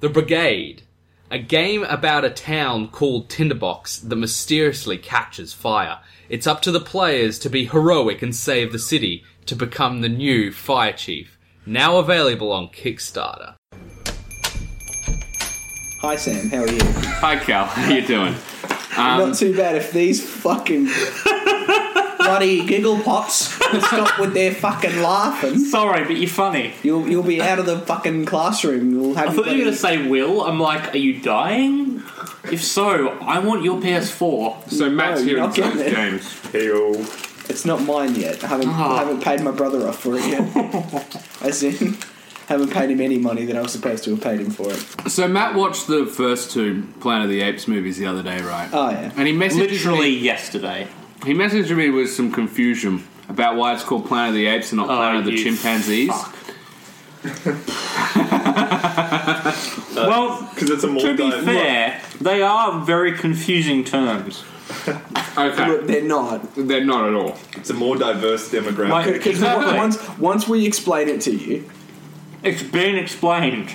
The Brigade, a game about a town called Tinderbox that mysteriously catches fire. It's up to the players to be heroic and save the city to become the new fire chief. Now available on Kickstarter. Hi Sam, how are you? Hi, Cal. How you doing? Um, Not too bad if these fucking bloody giggle pops stop with their fucking laughing. Sorry, but you're funny. You'll you'll be out of the fucking classroom. You'll have I thought bloody- you were going to say Will. I'm like, are you dying? If so, I want your PS4. So Matt's No, here you're not and James, getting James Peel. It's not mine yet. I haven't Ah. I haven't paid my brother off for it yet. As in, haven't paid him any money that I was supposed to have paid him for it. So Uh, Matt watched the first two Planet of the Apes movies the other day, right? Oh, yeah. And he messaged Literally me, yesterday. he messaged me with some confusion about why it's called Planet of the Apes and not Planet of the Oh, you Chimpanzees. fuck. well, Because it's a to be multi. fair, they are very confusing terms. Okay, Look, they're not. they're not at all. It's a more diverse demographic. Like, Because exactly. once once we explain it to you, It's been explained.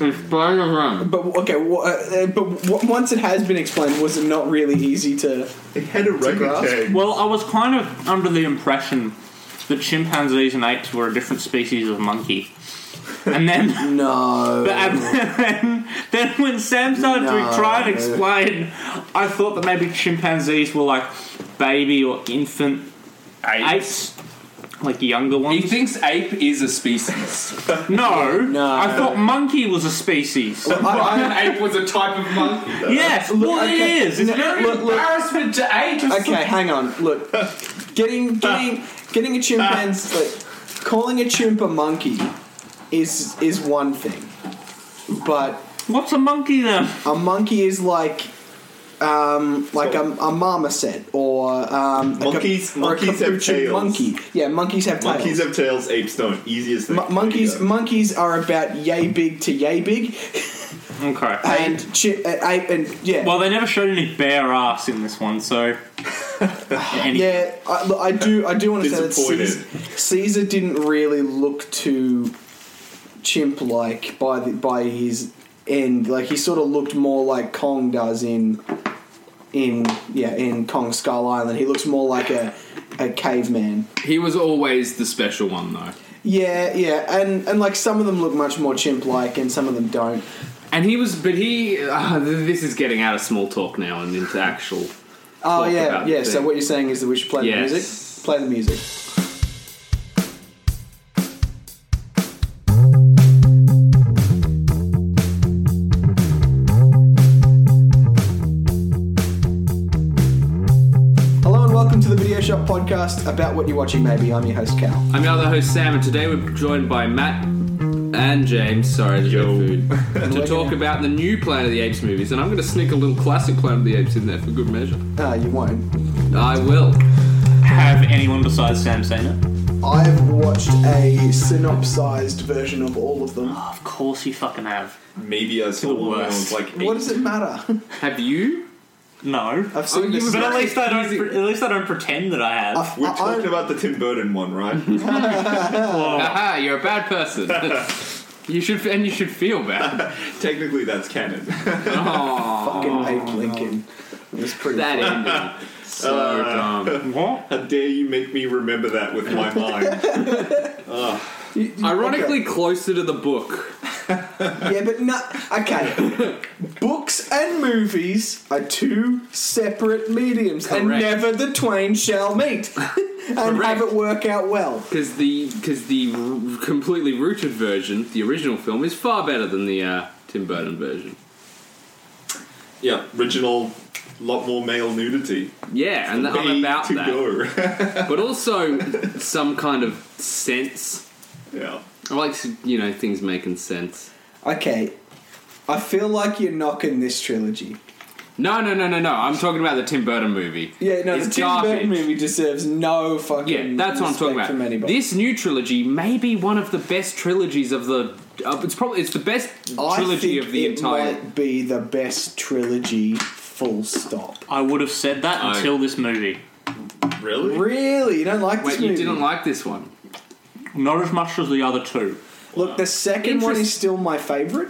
Explain the room. but okay, wha- uh, but w- once it has been explained, was it not really easy to? it had a record grasp. tag. Well, I was kind of under the impression that chimpanzees and apes were a different species of monkey. And then, No. and then, um, then when Sam started No. to try and explain, I thought that maybe chimpanzees were like baby or infant apes, like younger He ones. thinks ape is a species. no, No. I thought monkey was a species. uh, I, I, An ape was a type of monkey. yes, well okay. it is. It's No, very look, look. Embarrassment to apes. okay, hang on. Look, getting getting getting a chimpanzee, like, calling a chimp a monkey, is is one thing, but What's a monkey then? a monkey is like. Um, like a, a marmoset or um, like a- Monkeys- or a monkeys have capuchin tails. Monkey, yeah, monkeys have tails. Monkeys have tails, apes don't. Easiest thing. Mon- monkeys, There you monkeys are about yay big to yay big, Okay. and chi- uh, ape and yeah, Well, they never showed any bare ass in this one, so. Any- yeah. I, look, I do, I do want to say that Disappointed. Caesar, Caesar didn't really look too chimp like by the by his end. Like he sort of looked more like Kong does in in yeah in Kong Skull Island. He looks more like a a caveman. He was always the special one, though. Yeah, yeah, and and like some of them look much more chimp like, and some of them don't. And he was, but he. Uh, this is getting out of small talk now and into actual. Oh talk yeah, about yeah. the So thing. what you're saying is that we should play Yes. the music. Play the music. Hello and welcome to the Video Shop podcast about what you're watching. Maybe I'm your host Cal. I'm your other host Sam, and today we're joined by Matt and James. Sorry, to food to talk about the new Planet of the Apes movies, and I'm going to sneak a little classic Planet of the Apes in there for good measure. Ah, you won't. I will. Have anyone besides Sam seen it? I've watched a synopsized version of all of them. Oh, Of course you fucking have. go. Maybe I saw the one when I was worst. like eight. What does it matter? Have you? No. I've seen Oh, you this. were But at least I don't. Pre- at least I don't pretend that I have. I- We're I- talking about the Tim Burton one, right? Oh. Aha! You're a bad person. you should, and you should feel bad. Technically, that's canon. Oh, fucking Abe Lincoln. It was pretty. that ending. So Uh, dumb. what? How dare you make me remember that with my mind? You- you- Ironically, closer to the book. okay. yeah, but no. Okay, books and movies are two separate mediums, and Correct. never the twain shall meet, and have it work out well. Because the because the r- completely rooted version, the original film, is far better than the uh, Tim Burton version. yeah, original, lot more male nudity. Yeah, and I'm Way about to that. go. But also some kind of sense. yeah. I like to- you know things making sense. Okay, I feel like you're knocking this trilogy. No, no, no, no, no. I'm talking about the Tim Burton movie. Yeah, no, It's the Tim garbage. Burton movie deserves no fucking. Yeah, that's what I'm respect talking From about. anybody. This new trilogy may be one of the best trilogies of the. Uh, it's probably it's the best I trilogy think of the it entire. might be the best trilogy. Full stop. I would have said that No. until this movie. Really? Really, you don't like this Wait, you movie? didn't like this one? Not as much as the other two. Look, the second one Interest- is still my favorite.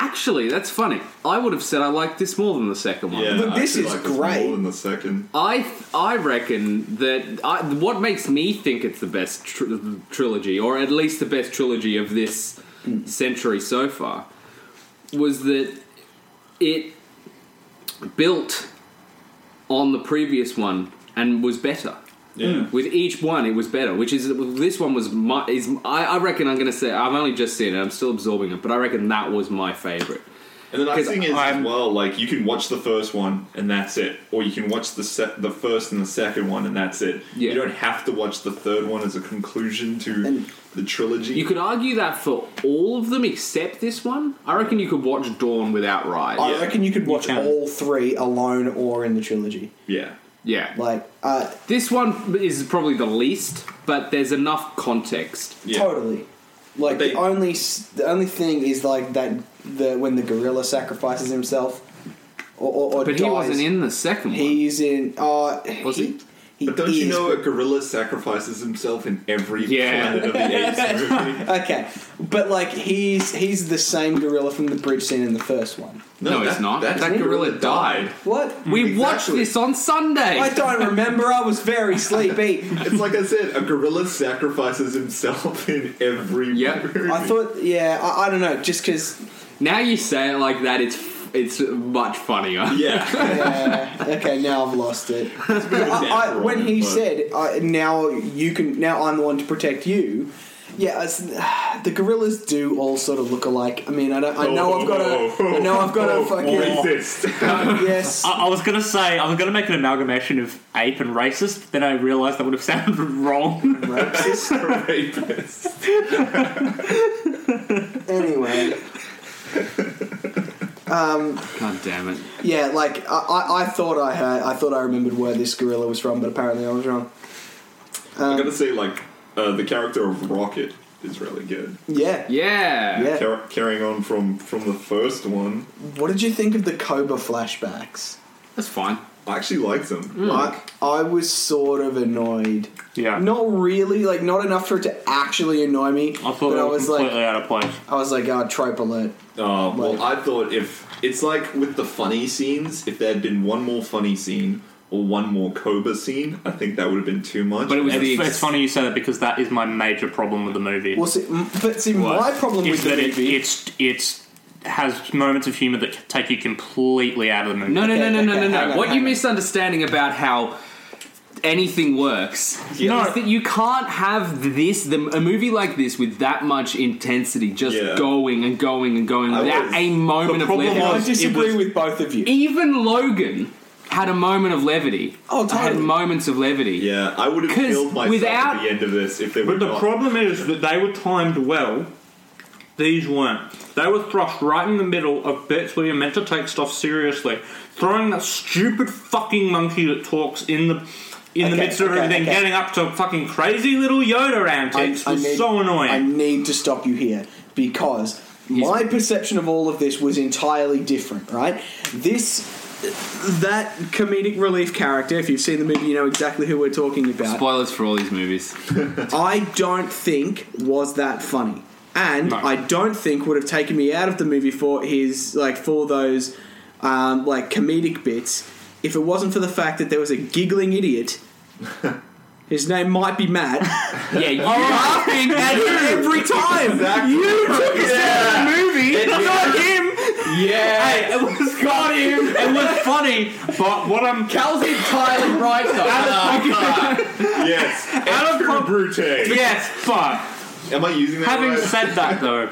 Actually, that's funny. I would have said I liked this more than the second one. Yeah, But I this actually is like this great. More than the second. I I reckon that I, what makes me think it's the best tr- trilogy, or at least the best trilogy of this century so far, was that it built on the previous one and was better. Yeah. With each one, it was better. Which is this one was my is I, I reckon I'm gonna say I've only just seen it. I'm still absorbing it, but I reckon that was my favorite. And the nice 'Cause thing is I'm- as well, like you can watch the first one and that's it, or you can watch the se- the first and the second one and that's it. Yeah. You don't have to watch the third one as a conclusion to And- the trilogy. You could argue that for all of them except this one. I reckon you could watch Dawn without Rise. I Yeah. reckon you could watch can. all three alone or in the trilogy. yeah. Yeah. Like, uh, This one is probably the least, but there's enough context. Yeah. totally. Like But they- the only s- the only thing is like that the when the gorilla sacrifices himself, or, or, or But he dies, wasn't in the second one. He's in. Uh, Was he? he But don't you is, know a gorilla sacrifices himself in every Yeah. Planet of the Apes movie? Okay, but like he's he's the same gorilla from the bridge scene in the first one. No, it's not. That gorilla died. What? We watched Exactly. this on Sunday. I don't remember. I was very sleepy. It's like I said, a gorilla sacrifices himself in every Yep. movie. I thought, yeah, I, I don't know, just because. now you say it like that, it's it's much funnier. Yeah. Yeah, okay, now I've lost it. I, I, when he but- said, I, "Now you can," now I'm the one to protect you. Yeah, it's- the gorillas do all sort of look alike. I mean, I, don't, I know I've got a, I know I've got a fucking racist. yes. I, I was gonna say I was gonna make an amalgamation of ape and racist, but then I realised that would have sounded wrong. Rapes. Rapist. anyway, God damn it. yeah, like I, I, I thought I heard, I thought I remembered where this gorilla was from, but apparently I was wrong. I gotta say, like, uh, the character of Rocket is really good. Yeah, Yeah. yeah. Car- carrying on from from the first one, What did you think of the Cobra flashbacks? That's fine. I actually liked them. Like, I was sort of annoyed. yeah, Not really, like not enough for it to actually annoy me. I thought but they I were was completely like, out of place. I was like, oh, trope alert. Uh, well, Like- I thought if it's like with the funny scenes, if there had been one more funny scene or one more Cobra scene, I think that would have been too much. But it was the It's, it's funny you say that because that is my major problem with the movie. Well, see, m- but see, my problem is with the that it, movie, it's it's has moments of humor that take you completely out of the movie. No, no, Okay, no, no, okay, no, no, hang no. on, What hang you on. misunderstanding about how anything works Yeah. is that you can't have this the, a movie like this with that much intensity just Yeah. going and going and going I without was- a moment of problem levity. I was- disagree it with both of you. Even Logan had a moment of levity. Oh, Had totally. moments of levity. yeah, I would have 'Cause killed myself without- at the end of this if they were But the not. problem is that they were timed well. These weren't. They were thrust right in the middle of bits where you're meant to take stuff seriously. Throwing that stupid fucking monkey that talks in the in the Okay, midst of okay, everything, okay. getting up to fucking crazy little Yoda antics was so annoying. I need to stop you here because my perception of all of this was entirely different. Right, this that comedic relief character. If you've seen the movie, you know exactly who we're talking about. Spoilers for all these movies. I don't think was that funny, and No. I don't think would have taken me out of the movie for his like for those um, like comedic bits if it wasn't for the fact that there was a giggling idiot. His name might be Matt. yeah, you laughing at And every time you took us out of the movie, not him. Yeah. it was got him. It was funny, but what I'm Cal's entirely right though. yes, Out of Andrew con- Brute. yes, but Am I using that? having right? said that though,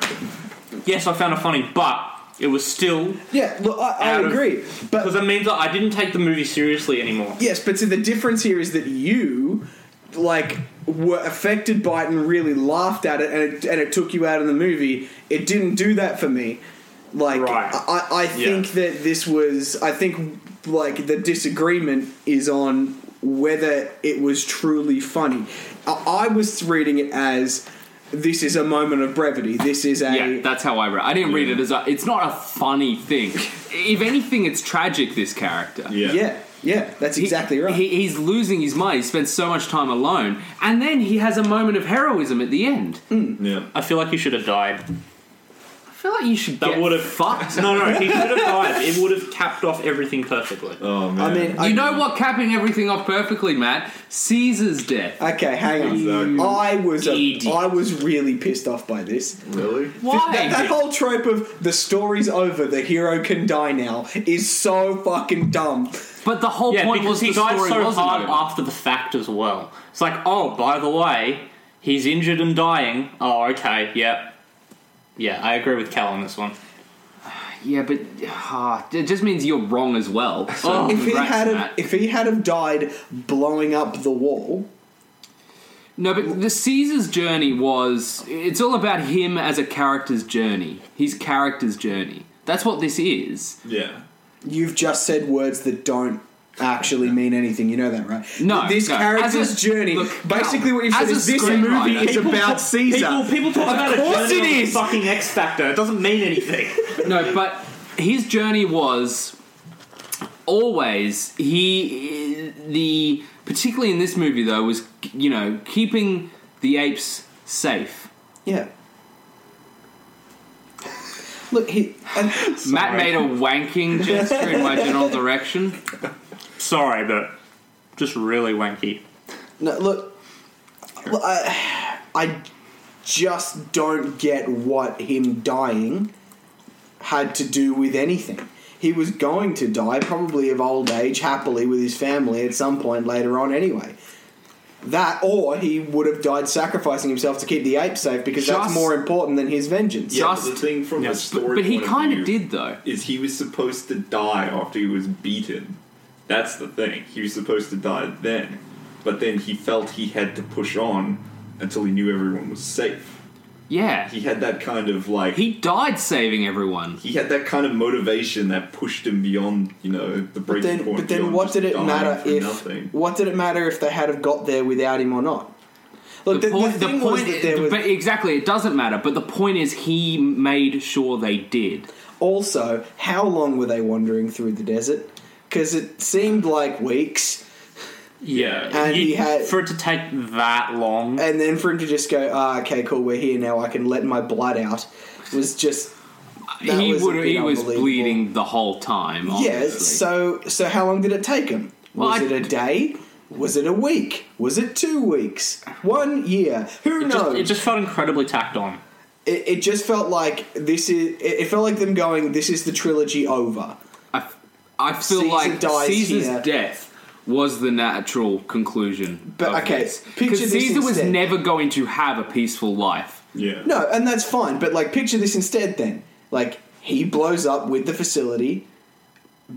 yes, I found it funny, but it was still Yeah, look, I, I Out of- agree, but because it means that I didn't take the movie seriously anymore. Yes, but see, the difference here is that you, like, were affected by it and really laughed at it, and it, and it took you out of the movie. It didn't do that for me. Like, Right. I, I think that this was. I think, like, the disagreement is on whether it was truly funny. I, I was reading it as this is a moment of brevity. This is a. Yeah, that's how I read. I didn't read it as a, it's not a funny thing. if anything, it's tragic. This character. Yeah. yeah, yeah, that's He- exactly right. He, he's losing his mind. He spends so much time alone, and Hmm. then he has a moment of heroism at the end. yeah. I feel like he should have died. I feel feel like you should That get would have fucked. No, no, he should have died. It would have capped off everything perfectly. Oh man. I mean, I, You know what? Capping everything off perfectly, Matt. Caesar's death. Okay, hang on. Exactly. I was a, Idiot. I was really pissed off by this. really? Why? That, that whole trope of the story's over, the hero can die now is so fucking dumb. but the whole Yeah, point because was he the died story so wasn't hard over. after the fact as well. It's like, oh, by the way, he's injured and dying. Oh, okay, yeah. Yeah, I agree with Cal on this one. Yeah, but ah, it just means you're wrong as well. So Oh, If he congrats, had have, Matt. if he had have died blowing up the wall, No, but the Caesar's journey was. It's all about him as a character's journey. His character's journey. That's what this is. Yeah. you've just said words that don't actually mean anything. You know that, right? No, this no. character's As a- journey. look, basically, what you as said a is this screenwriter- movie is People about talk- Caesar. People, people talk about a course journey it on the is. fucking X Factor. It doesn't mean anything. No, but his journey was always he the particularly in this movie though was you know keeping the apes safe. Yeah. Look, he. And, Matt made a wanking gesture in my general direction. Sorry, but just really wanky. no, look. look, I, I just don't get what him dying had to do with anything. He was going to die, probably of old age, happily with his family at some point later on, anyway. That, or he would have died sacrificing himself to keep the ape safe because that's Just- more important than his vengeance. Yeah, but Just- the thing from the story But he point kind view of did though. is he was supposed to die after he was beaten. That's the thing. He was supposed to die then, but then he felt he had to push on until he knew everyone was safe. Yeah. He had that kind of like He died saving everyone. he had that kind of motivation that pushed him beyond, you know, the But breaking then, point. but then, beyond what just did it dying matter for if? nothing. What did it matter if they had have got there without him or not? Look, the, the point- thing was point- that there was but exactly, it doesn't matter. But the point is, he made sure they did. also how long were they wandering through the desert? Because it seemed like weeks, Yeah. And he had- For it to take that long. and then for him to just go, ah, okay, cool, we're here now. I can let my blood out. Was just That he was a would, bit he was unbelievable. bleeding the whole time. yeah. Obviously. So, so how long did it take him? Well, was I- it a day? Was it a week? Was it two weeks? One year? Who It knows? just, it just felt incredibly tacked on. it, it just felt like this is it, it felt like them going this is the trilogy over I, f- I feel Caesar like dies Caesar's here. death was the natural conclusion. But, of okay, this. picture 'Cause this Caesar was instead. never going to have a peaceful life. yeah. no and that's fine but like picture this instead then like he blows up with the facility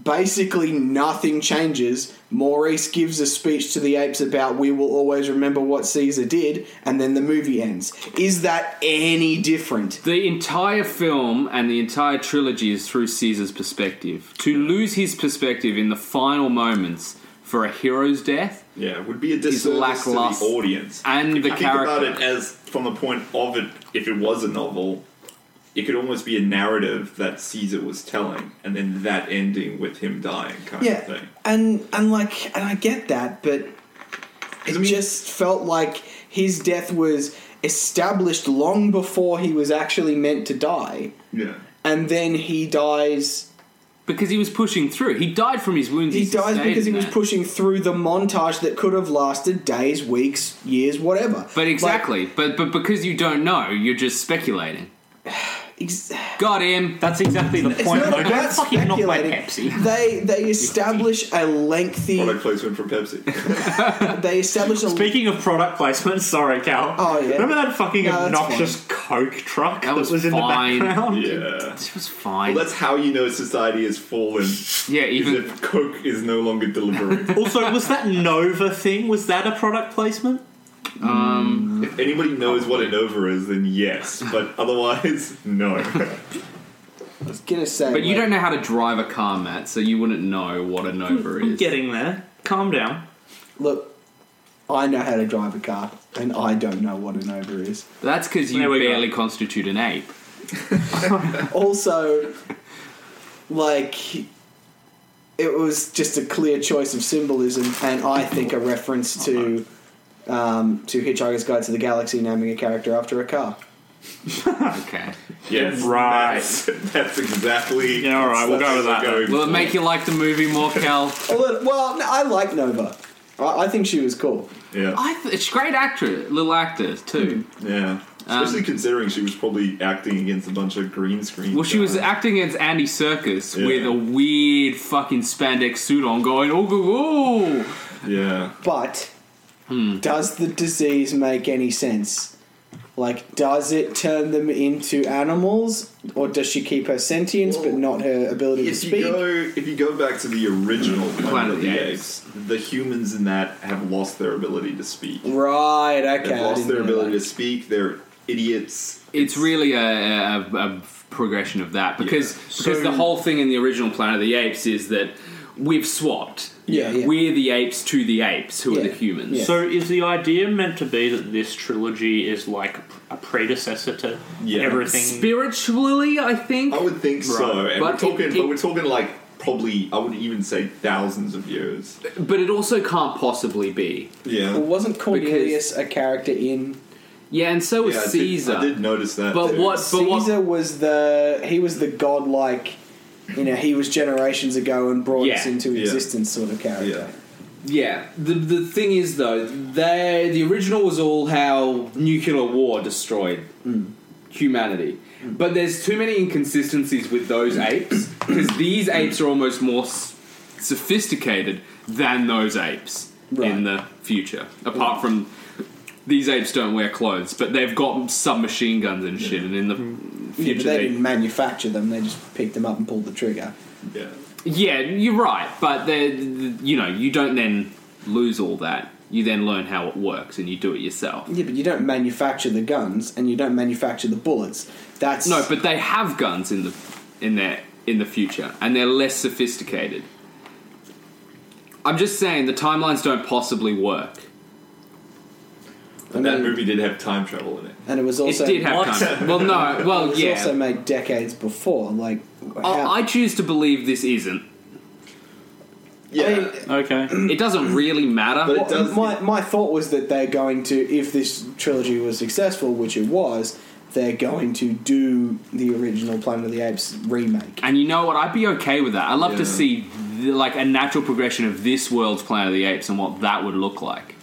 basically nothing changes maurice gives a speech to the apes about we will always remember what caesar did and then the movie ends is that any different The entire film and the entire trilogy is through Caesar's perspective. To lose his perspective in the final moments for a hero's death Yeah, it would be a disservice to the lackluster. audience. And if the you character. think about it as from the point of it, if it was a novel, it could almost be a narrative that Caesar was telling, and then that ending with him dying, kind of yeah thing. and and like and i get that but it just felt like his death was established long before he was actually meant to die Yeah, and then he dies because he was pushing through. He died from his wounds. he dies sustained because he in was that. pushing through the montage that could have lasted days weeks years whatever But exactly, but but because you don't know, you're just speculating. like, ex- Got him. That's exactly the point. not though. Don't about fucking knock my speculating. Pepsi. they they establish a lengthy product placement for Pepsi. they establish a Speaking of product placement, sorry, Cal. Oh, yeah. Remember that fucking No, that's obnoxious Coke truck that, was in fine. the background? yeah, This was fine. well, that's how you know society has fallen. yeah, Even even if Coke is no longer delivering. Also, was that Nova thing? Was that a product placement? um, if anybody knows what an over is, then yes, but otherwise, no. I was gonna say But you like, don't know how to drive a car, Matt, so you wouldn't know what a Nova I'm is. getting there. Calm down. look I know how to drive a car and I don't know what an over is That's because you There we go. barely constitute an ape. also like it was just a clear choice of symbolism and i think a reference to um, to hitchhiker's guide to the galaxy naming a character after a car Okay. Yeah, Right. That's, that's exactly. Yeah, all right, we'll that's go with what that we're Will it going make you like the movie more, Cal? Although- Well, no, I like Nova. I, I think she was cool. for. Yeah, I th- it's a great actress, little actor too. yeah. Especially considering she was probably acting against a bunch of green screen. Well, she was guys. acting against Andy Circus Yeah. with a weird fucking spandex suit on, going "Oh, ooh ooh ooh. Yeah, But Hmm. does the disease make any sense? Like, does it turn them into animals, or does she keep her sentience but not her ability to if speak? you go if you go back to the original Planet of the Apes, the humans in that have lost their ability to speak. Right. Okay. They've I lost didn't their know ability that. to speak. They're idiots. It's really a, a, a progression of that because because So- the whole thing in the original Planet of the Apes is that we've swapped. Yeah, yeah. we're the apes to the apes who are Yeah. the humans. Yeah. So is the idea meant to be that this trilogy is like a predecessor to Yeah. everything? Spiritually, I think. I Oh. would think so. And But we're talking, it- it- but we're talking like probably I would even say thousands of years. But it also can't possibly be. Well, Yeah, wasn't Cornelius a character in Yeah, and so was yeah. I did- Caesar. I did, notice that. But too. what- but what- Caesar? Was the he was the godlike? You know, he was generations ago and brought us Yeah. into Yeah. existence, sort of character. Yeah. Yeah. The the thing is though, they the original was all how nuclear war destroyed Mm. humanity. But there's too many inconsistencies with those apes because these apes are almost more s- sophisticated than those apes in Right. the future. Apart from these apes don't wear clothes, but they've got submachine guns and shit. And in the Mm. Yeah, but future, they they didn't manufacture them; they just picked them up and pulled the trigger. Yeah. Yeah, you're right, but the, the- you know you don't then lose all that. You then learn how it works and you do it yourself. Yeah, but you don't manufacture the guns and you don't manufacture the bullets. That's No, but they have guns in the in their in the future, and they're less sophisticated. I'm just saying the timelines don't possibly work. I that mean- movie did have time travel in it. and it was also it did have what? time. Well, no, it well, was yeah. also made decades before. Like, I, how- I choose to believe this isn't. Yeah, Okay. It doesn't really matter. But it Well, does- my my thought was that they're going to, if this trilogy was successful, which it was, they're going to do the original Planet of the Apes remake. And you know what? I'd be okay with that. I love Yeah. to see the, like a natural progression of this world's Planet of the Apes and what that would look like.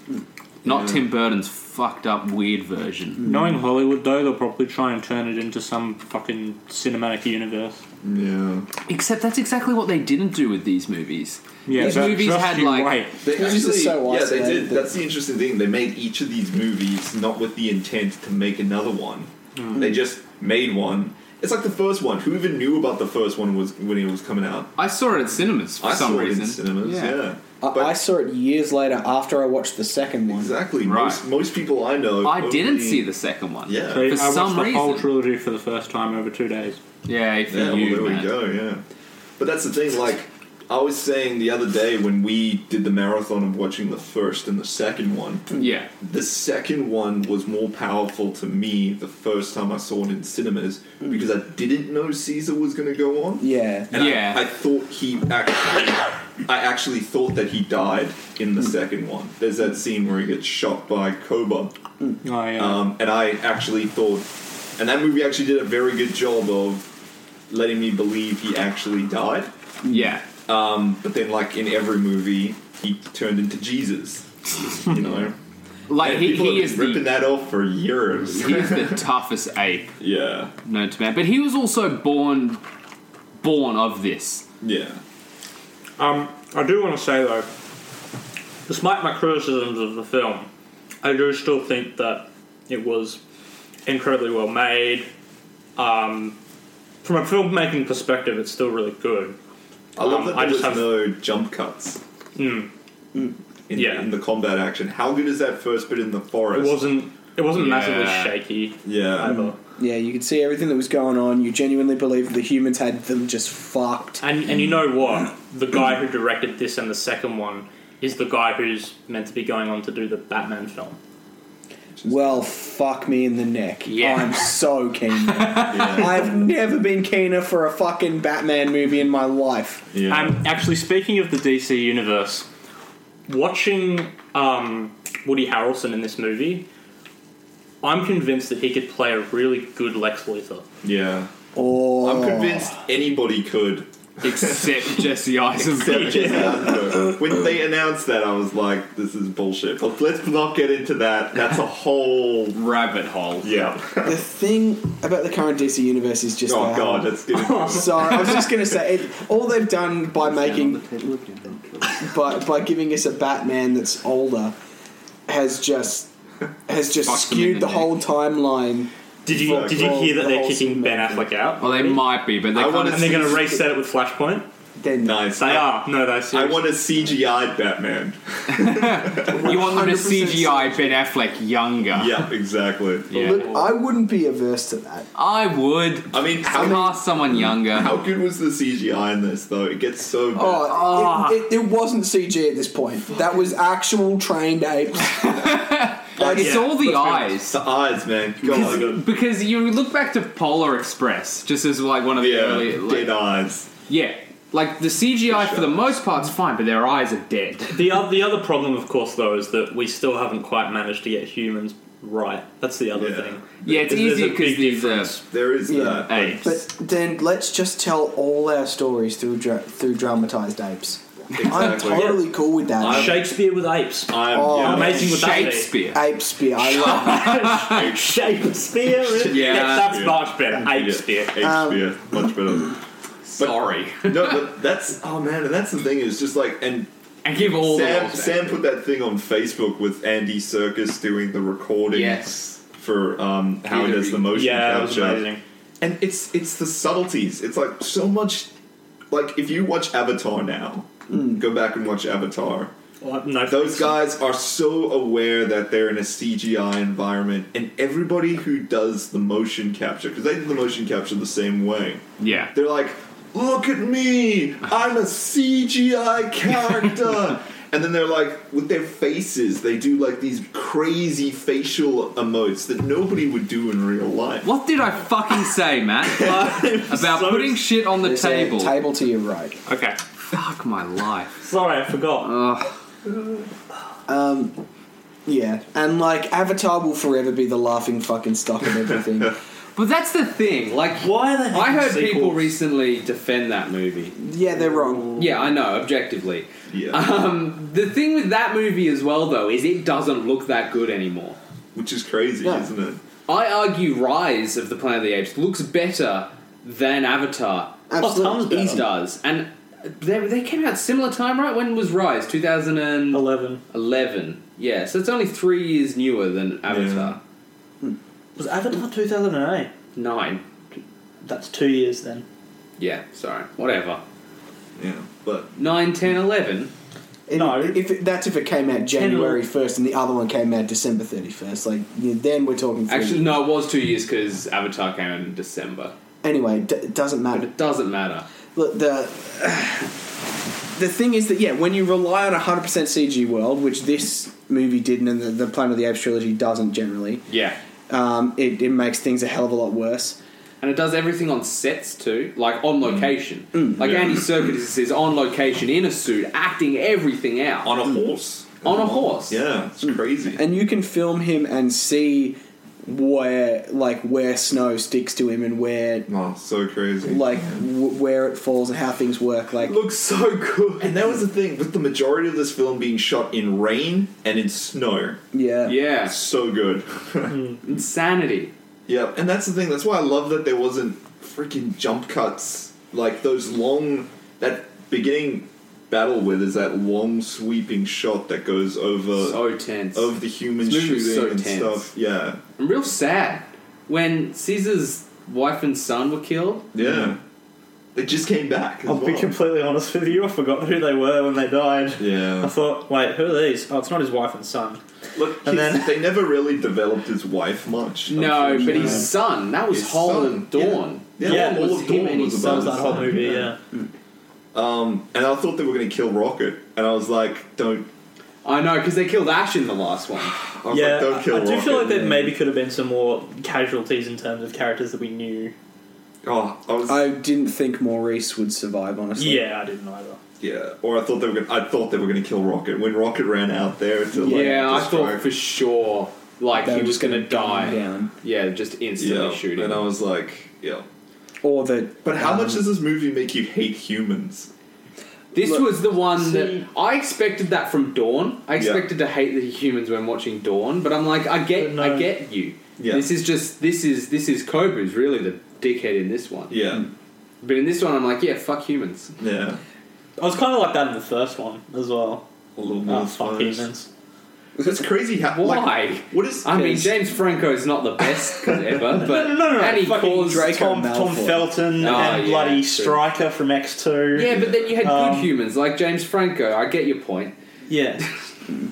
Not Yeah. Tim Burton's fucked up weird version. Knowing Hollywood though, they'll probably try and turn it into some fucking cinematic universe. yeah. Except that's exactly what they didn't do with these movies. Yeah, These but movies just had, you like- wait. They It was just so yeah, they isolated did. that- That's the interesting thing. They made each of these movies not with the intent to make another one. Hmm. They just made one. It's like the first one. Who even knew about the first one was when it was coming out? I saw it at cinemas for I some saw reason. it in cinemas. Yeah, I, But- I saw it years later after I watched the second one. exactly. Right. Most most people I know. I didn't only- see the second one. Yeah. So I For watched some the whole reason. trilogy for the first time over two days. Yay for Yeah, you, well, there man. we go. Yeah, but that's the thing. Like I was saying the other day when we did the marathon of watching the first and the second one, Yeah. the second one was more powerful to me the first time I saw it in cinemas because I didn't know Caesar was going to go on. Yeah, And I- Yeah. I, thought he actually, I actually thought that he died in the second one. There's that scene where he gets shot by Koba, Oh yeah. um, and I actually thought, and that movie actually did a very good job of letting me believe he actually died. Yeah. Um, but then, like in every movie, he turned into Jesus. You know, Like, And he, people he, have is been ripping the, that off for years. he is the toughest ape Yeah, known to man. But he was also born born of this. yeah. Um, I do want to say though, despite my criticisms of the film, I do still think that it was incredibly well made. Um, from a filmmaking perspective, it's still really good. I love Um, that I there just was have- no jump cuts Mm. in, Yeah. in the combat action. How good is that first bit in the It forest? wasn't. It wasn't massively Yeah. shaky. yeah, Either. yeah. You could see everything that was going on. You genuinely believed the humans had them just fucked. And and you know what? The guy who directed this and the second one is the guy who's meant to be going on to do the Batman film. Well, fuck me in the neck. Yeah. I'm so keen. now. yeah, I've never been keener for a fucking Batman movie in my life. yeah. Um, actually, speaking of the DC universe, watching um, Woody Harrelson in this movie I'm convinced that he could play a really good Lex Luthor. Yeah. Or I'm convinced anybody could. except Jesse Eisenberg. when they announced that, I was like, this is bullshit. But let's not get into that. That's a whole. Rabbit hole. Yeah. oh, the thing about the current DC universe is just that. God, that's getting. Sorry, I was just going to say it, all they've done by making by by giving us a Batman that's older has just has just Fucked them in skewed the the neck. whole timeline. Did you Fuck. did you hear that The they're whole kicking Ben Superman Affleck out? Well, Oh, they might be, but they I kind wanna of And they're going to reset it with Flashpoint. Then Nice. They are. No, they're I serious. want a CGI Batman. you want them to 100% CGI Ben Affleck younger. Yeah, exactly. Yeah. Look, I wouldn't be averse to that. I would I mean, how, cast someone younger. how good was the CGI in this, though? It gets so bad. Oh, Ah. It, it, it wasn't CG at this point. That was actual trained apes. Like, It's all the eyes. the eyes, man. God. Because you look back to Polar Express, just as like one of the Yeah, early, like, dead eyes. yeah, like the CGI for the most part's fine, but their eyes are dead. The other, the other problem, of course, though, is that we still haven't quite managed to get humans right. That's the other Yeah. thing. Yeah, it's There's a easier big because these are There is Yeah. that. apes. But then let's just tell all our stories through dra- through dramatized apes. I'm Exactly. totally cool with that. Shakespeare with apes. I'm, Oh. yeah, Amazing with that. Shakespeare. Ape spear. I love Shakespeare. Yeah. that's much better. Apespear. Yeah, Shakespeare, much better. Sorry, No, but that's oh man, and that's the thing is just like and and give all Sam the Sam put that thing on Facebook with Andy Circus doing the recording Yes, for um, how he Yeah, does the motion Yeah, that was capture. amazing. And it's it's the subtleties. It's like so much. Like if you watch Avatar now, go back and watch Avatar. Well, Oh, no, Those guys are so aware that they're in a CGI environment, and everybody who does the motion capture, because they do the motion capture the same way, yeah. they're like, "Look at me, I'm a CGI character," and then they're like, with their faces, they do like these crazy facial emotes that nobody would do in real life. What did I fucking say, Matt? About so- putting shit on the There's a table. table to your right. Okay. Fuck my life. Sorry, I forgot. Yeah, and like Avatar will forever be the laughing fucking stock of everything. But that's the thing. Like, Why are they I having heard sequels? people recently defend that movie. yeah, they're wrong. Yeah, I know, objectively. Yeah, Um, the thing with that movie as well, though, is it doesn't look that good anymore. which is crazy, Yeah. isn't it? I argue Rise of the Planet of the Apes looks better than Avatar. tons Absolutely. better. It does. And they, they came out similar time, right? When was Rise? 2011. Eleven. Yeah, so it's only three years newer than Avatar. Was Avatar 2008? Nine. That's two years then. Yeah, sorry. Whatever. Yeah, but Nine, ten, eleven. And No. if it, that's if it came out January first, and the other one came out December thirty first. Like yeah, then we're talking. three- Actually, no, it was two years because Avatar came out in December. anyway, d- it doesn't But matter. it doesn't matter. Look, the the thing is that yeah, when you rely on a hundred percent CG world, which this movie didn't, and the, the Planet of the Apes trilogy doesn't generally, Yeah. um, it, it makes things a hell of a lot worse. And it does everything on sets too, like on location. Like Andy Serkis is on location in a suit, acting everything out. on a horse. On a horse. Yeah, it's crazy. and you can film him and see where like where snow sticks to him and where Oh, so crazy. like w- where it falls and how things work like It looks so good. And that was the thing with the majority of this film being shot in rain and in snow. yeah yeah, So good. insanity. yeah, and that's the thing. That's why I love that there wasn't freaking jump cuts like those long that beginning battle with is that long sweeping shot that goes over So Oh, tense. over the human This movie shooting was so and tense. stuff. Yeah, I'm real sad when Caesar's wife and son were killed. yeah. They just came back. as I'll be well. completely honest with you. I forgot who they were when they died. I yeah. thought, wait, who are these? Oh, it's not his wife and son. Look, And his- then- they never really developed his wife much. No, but unfortunately. his son. That was Oh, His whole son, of Dawn. Yeah, Yeah, all it was of him Dawn and was his about son, his That whole son, movie, yeah. Um, and I thought they were going to kill Rocket, and I was like, "Don't." I know because they killed Ash in the last one. I was Yeah, like, "Don't kill I, I do Rocket." feel like there maybe could have been some more casualties in terms of characters that we knew. Oh, I was. i didn't think maurice would survive honestly Yeah, I didn't either. yeah, or I thought they were. Gonna, I thought they were going to kill Rocket when Rocket ran out there to like. yeah, I destroy- thought for sure Like They he were was just gonna going to gun die. him down. Yeah, just instantly Yeah, shoot him. and I was like, yeah. Or that. But how um, much does this movie make you hate humans? This Look, was the one see- that I expected that from Dawn. I Yeah. expected to hate the humans when watching Dawn, but I'm like, I get, But no. I get you. Yeah. This is just, this is, this is Cobra's really the dickhead in this one. Yeah, Hmm. But in this one, I'm like, yeah, fuck humans. yeah. I was kind of like that in the first one as well. All the Ah, wolf fuck fires. humans. It's crazy how. Why? Like, what is? I mean, Yes. James Franco's not the best ever, but No, no, no, no. and he fucking caused Drake- Draco Tom, Tom Malfoy. Felton Oh, and yeah, bloody true. Striker from X Two. Yeah, but then you had Um, good humans like James Franco. I get your point. yeah.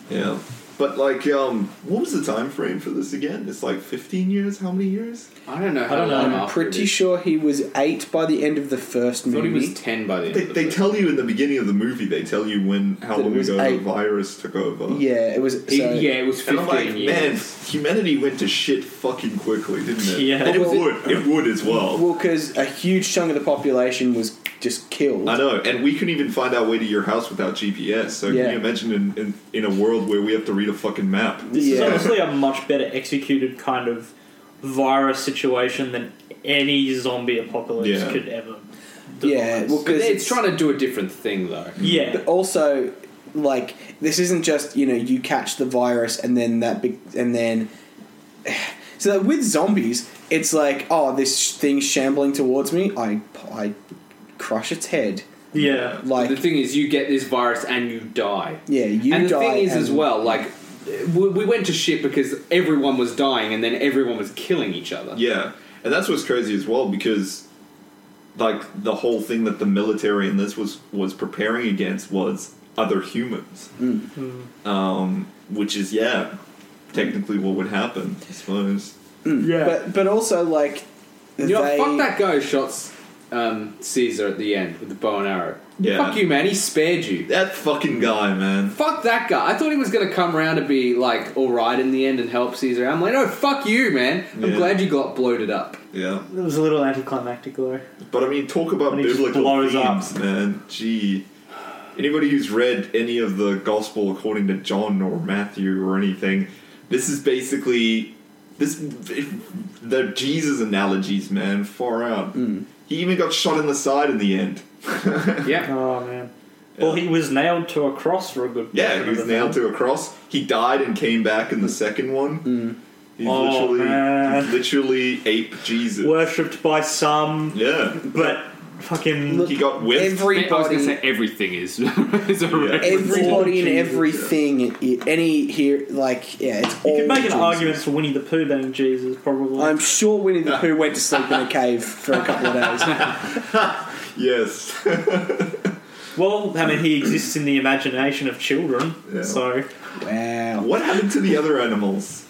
Yeah, but like, um, what was the time frame for this again? It's like fifteen years. How many years? I don't know. How I don't know. long I'm after Pretty this. sure he was eight by the end of the first I thought movie. he was ten by the end. They, of the they first. tell you in the beginning of the movie. They tell you when how That it long was ago eight. the virus took over. yeah, it was. He- so- yeah, it was fifteen And I'm like, man, years. humanity went to shit fucking quickly, didn't it? Yeah. and it Well, would, it would as well. Well, because a huge chunk of the population was just killed. I know, and we couldn't even find our way to your house without GPS. So Yeah. can you imagine in, in, in a world where we have to read a fucking map? This is Yeah. honestly a much better executed kind of virus situation than any zombie apocalypse Yeah. could ever. Yeah, devise. well, But because it's, trying to do a different thing though. yeah. But also, like, this isn't just you know you catch the virus and then that big and then. So that with zombies, it's like oh this thing shambling towards me, I I crush its head. Yeah. Like the thing is, you get this virus and you die. yeah, you and the die. thing is, as and- well, like we, we went to shit because everyone was dying and then everyone was killing each other. Yeah, and that's what's crazy as well because, like, the whole thing that the military and this was was preparing against was other humans, um, which is yeah, technically what would happen, I suppose. Yeah. But but also like You know, they fuck that guy who shots um, Caesar at the end with the bow and arrow. Yeah. Fuck you, man. He spared you. That fucking guy, man. Fuck that guy. I thought he was going to come around and be like, all right in the end and help Caesar. I'm like, no, fuck you, man. I'm Yeah. glad you got bloated up. Yeah, it was a little anticlimactic though. but I mean, talk about When he just biblical blows up. themes, man. Gee. Anybody who's read any of the Gospel according to John or Matthew or anything, this is basically this the Jesus analogies, man, far out. He even got shot in the side in the end. Yeah. Oh man. Well, he was nailed to a cross for a good. Yeah, portion he of was the nailed film. to a cross. He died and came back in the second one. He's Oh, literally, man. he's literally ape Jesus. Worshipped by some, Yeah, but fucking Look, he got whipped. everybody everything is. is a everybody and Jesus, yeah. everything i- any here like yeah it's all You could make an Jesus. argument for Winnie the Pooh being Jesus, probably. I'm sure Winnie the Pooh went to sleep in a cave for a couple of days. yes. well, I mean, he exists in the imagination of children, Yeah. so Wow. what happened to the other animals?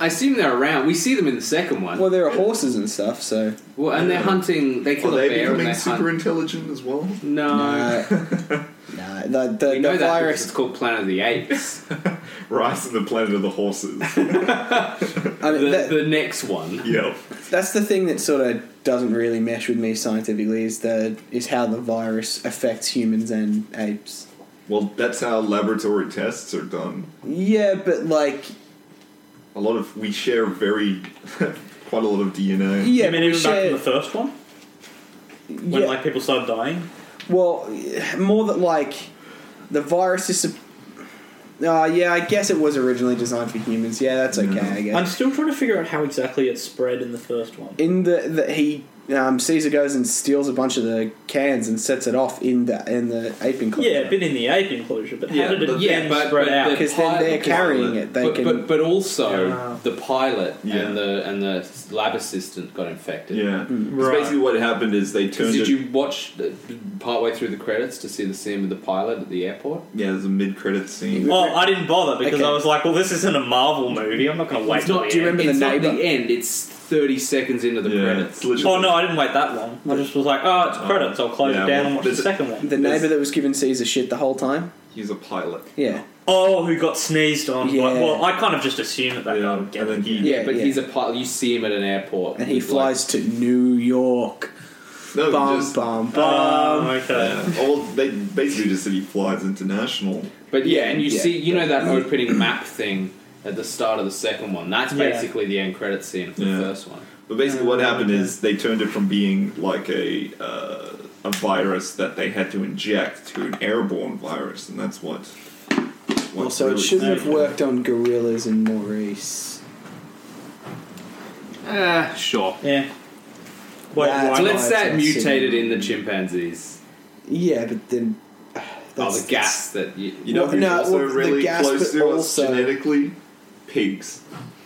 I assume they're around. We see them in the second one. Well, there are horses and stuff, so Well, and they're hunting. They Are kill they a bear and becoming they super hunt. intelligent as well? No. no, uh, no. The, the, We know the that because virus. it's called Planet of the Apes. Rise of the Planet of the Horses. I the, mean, that, the next one. yep. that's the thing that sort of doesn't really mesh with me scientifically is the is how the virus affects humans and apes. Well, that's how laboratory tests are done. Yeah, but like, A lot of we share very quite a lot of DNA. yeah, I mean, we even back share- from the first one, when yeah, like people started dying. Well, more that like the virus is. sup- Uh, yeah, I guess it was originally designed for humans. Yeah, that's okay. I guess I'm still trying to figure out how exactly it spread in the first one. in the that he um, Caesar goes and steals a bunch of the cans and sets it off in the in the ape Yeah, enclosure. a bit in the ape enclosure, but how Yeah, did it but- then spread the out? Because then pilot- they're carrying it, they but, can- but, but also Yeah. the pilot Yeah. and the and the lab assistant got infected. Yeah. 'Cause Right. Basically, what happened is they 'Cause turned. Did it- you watch the, partway through the credits to see the scene with the pilot at the airport? yeah, there's a mid-credit scene. Oh, I didn't bother because Okay. I was like, well, this isn't a Marvel movie. I'm not going to wait. It's not- till the do you end. remember it's the not neighbor? the end. It's thirty seconds into the yeah, it's credits. literally. Oh no, I didn't wait that long. I just was like, oh, it's credits. I'll close Yeah, it down well, and watch the there's a- second one. The neighbor that was giving Caesar shit the whole time. He's a pilot. Yeah, Oh, who got sneezed on? Yeah. Like, well, I kind of just assumed that that guy Yeah, would and get then it. he. Yeah. but he's a pilot. You see him at an airport, and he with, flies to New York. No, he Bum just. bum bum. Um, okay. Yeah. Oh, well, they basically just said he flies international. Like, but yeah, and you Yeah. see, you know that opening map thing at the start of the second one. That's Yeah. basically the end credit scene of the Yeah. first one. But basically, what happened is they turned it from being like a uh, a virus that they had to inject to an airborne virus, and that's what. what Also, it really shouldn't have saved it. worked on gorillas and Maurice. Eh, sure. Yeah. Wait, Nah, why So know, let's say it it's- it's- mutated in the chimpanzees. Yeah, but then. uh, Oh, that's- the gas that you. You know Well, who's no, also well, the really gas, close but to us also- genetically? Pigs.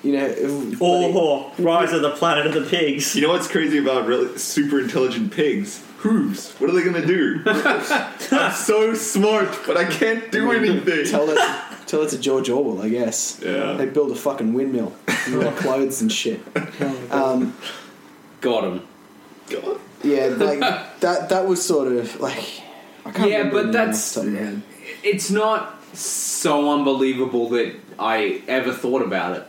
You know. it- Oh, Rise of the Planet of the Pigs. You know what's crazy about really super intelligent pigs? Hooves. What are they gonna do? I'm so smart, but I can't do anything. Tell that, tell that to George Orwell, I guess. Yeah. They build a fucking windmill and wear clothes and shit. Um, Got him. God. yeah, like that. That was sort of like. I can't Yeah, remember but the that's- name off the top of my head. It's not so unbelievable that I ever thought about it.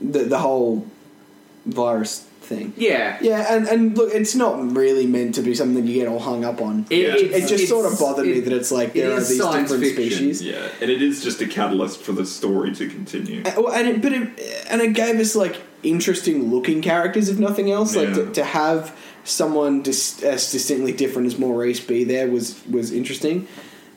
the the whole virus thing. Yeah. Yeah, and, and look, it's not really meant to be something you get all hung up on. It, Yeah. It it's- just sort of it's- bothered me it- that it's like it there are is these science different fiction. species. Yeah, and it is just a catalyst for the story to continue. And, well, and it, but it, and it gave us like interesting looking characters, if nothing else. Like Yeah. to, to have someone dis, as distinctly different as Maurice be there was was interesting.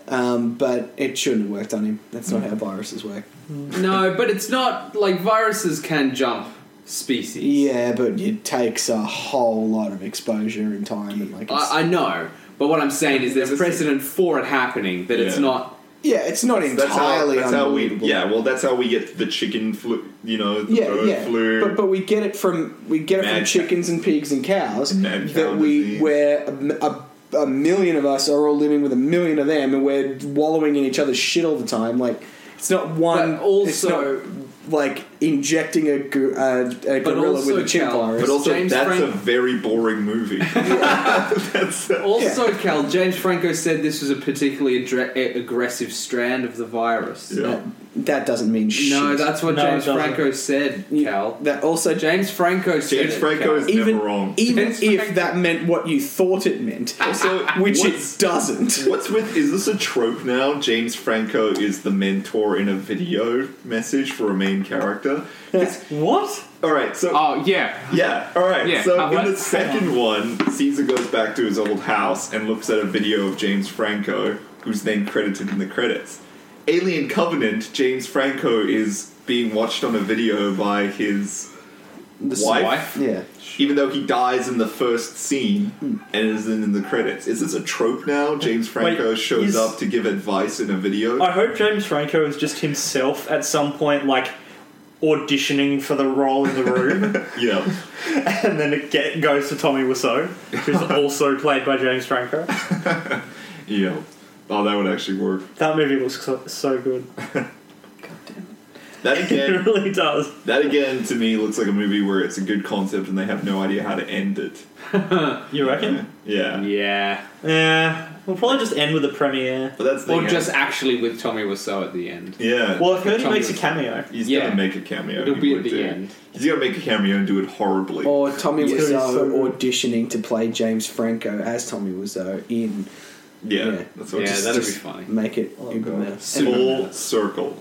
Um, but it shouldn't have worked on him. That's Mm. not how viruses work. No, but it's not like viruses can jump species. Yeah, but it takes a whole lot of exposure and time and like. It's, I, I know, but what I'm saying is there's Never seen- precedent for it happening. That it's Yeah. not. yeah, it's not entirely that's how we unbelievable. yeah well that's how we get the chicken flu you know the yeah, bird yeah. flu But but we get it from we get it Mad from chickens and pigs and cows Mad cow that we disease. where a, m- a- a million of us are all living with a million of them, and we're wallowing in each other's shit all the time. Like it's not one. But also- it's not, like injecting a, go- a, a gorilla also, with a chimp Cal, virus. But also James that's Franco- a very boring movie that's uh, Also, Cal James Franco said this was a particularly addre- eh, a- aggressive strand of the virus. yeah. that doesn't mean shit. No, that's what No, it James doesn't. Franco said, Cal. that also James Franco said James it, Franco Cal. is even never wrong even It's if like- that meant what you thought it meant, also which what's, it doesn't. what's with is this a trope now James Franco is the mentor in a video message for a main character What? alright so Oh, yeah. Yeah, alright. Yeah, so uh, what- in the second one, Caesar goes back to his old house and looks at a video of James Franco, who's then credited in the credits. Alien Covenant, James Franco is being watched on a video by his The wife, Yeah. even though he dies in the first scene and is then in the credits. Is this a trope now? James Franco Wait, shows is- up to give advice in a video. I hope James Franco is just himself at some point, like auditioning for the role in the room, yeah. and then it get, goes to Tommy Wiseau, who's also played by James Franco. Yeah. Oh, that would actually work. That movie looks so, so good. That It again really does. that again to me looks like a movie where it's a good concept and they have no idea how to end it. You reckon? Yeah. Yeah. Yeah. We'll probably just end with the premiere. But that's the Or thing, just actually with Tommy Wiseau at the end. yeah. Well, I've heard he Tommy makes a Wiseau. cameo. he's yeah. gonna make a cameo. It'll he be at would the do. end. He's gonna make a cameo and do it horribly. Or Tommy Yes. Wiseau So- auditioning to play James Franco as Tommy Wiseau in yeah, yeah. that's Yeah, what. just, that'll just be funny. Make It Uber Oh, God. Mess. full circle.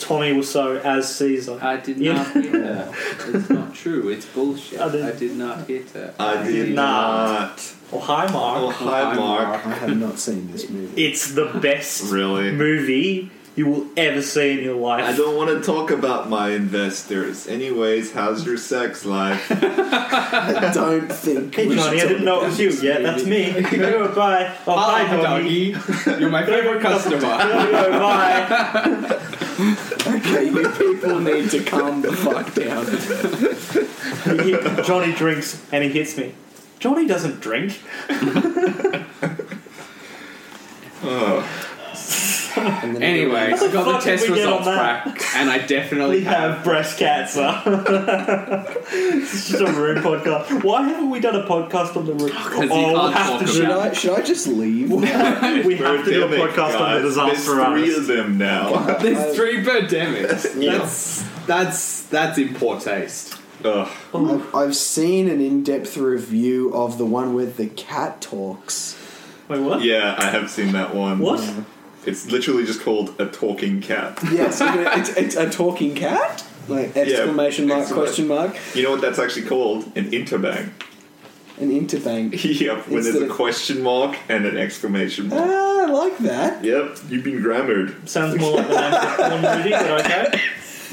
Tommy Wiseau as Caesar. I did Yeah. not hear that. It's not true. It's bullshit. I did- I did not hear that. I did not. not. Oh, hi, Mark. Oh, hi, I'm Mark. I have not seen this movie. It's the best Really? movie you will ever see in your life. I don't want to talk about my investors. Anyways, how's your sex life? I don't think. Hey, we should Johnny, I talk didn't know it about was you. this Yeah, that's movie. me. Go, bye. Oh, Hi, hi, doggy. doggy. You're my favorite customer. Go, bye. Okay, you people need to calm the fuck down. He hit- Johnny drinks and he hits me. Johnny doesn't drink. And then Anyway, How the I got the fuck did test we get on results that? back, and I definitely We have. have breast cancer. it's just a room podcast. Why haven't we done a podcast on the room? you oh, we'll can't have talk to do should about I should I just leave? we have to do a Pandemic, podcast on the guys. disaster There's three artist. of them now. There's three pandemics. Yeah. That's that's that's in poor taste. Ugh. I've, I've seen an in-depth review of the one where the cat talks. Wait, what? Yeah, I have seen that one. What? It's literally just called a talking cat. Yes, I'm gonna- it's, it's a talking cat. Like exclamation mark, excellent. question mark, You know what that's actually called? An interbang. an interbang. yep, when there's Instead a of- question mark and an exclamation mark. Ah, I like that. Yep, you've been grammared. Sounds more like an Andy Warhol movie, but okay.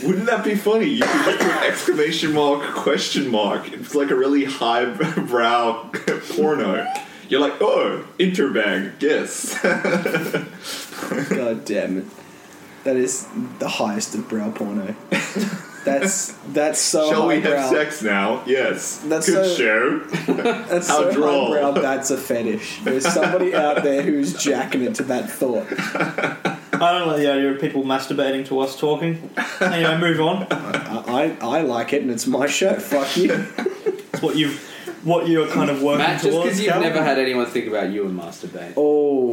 Wouldn't that be funny? You could just put exclamation mark, question mark. It's like a really high brow porno. You're like, oh, interbang, yes. God damn it. That is the highest of brow porno. That's that's so Shall we highbrow. have sex now? Yes. Oh That's Good so- show. That's How so droll. highbrow. That's a fetish. There's somebody out there who's jacking it to that thought. I don't like the idea of people masturbating to us talking. Anyway, move on. Uh, I, I, I like it, and it's my show. Fuck you. It's what you've, what you're kind of working Matt, just towards. because you've Cal. never had anyone think about you and masturbate. Oh,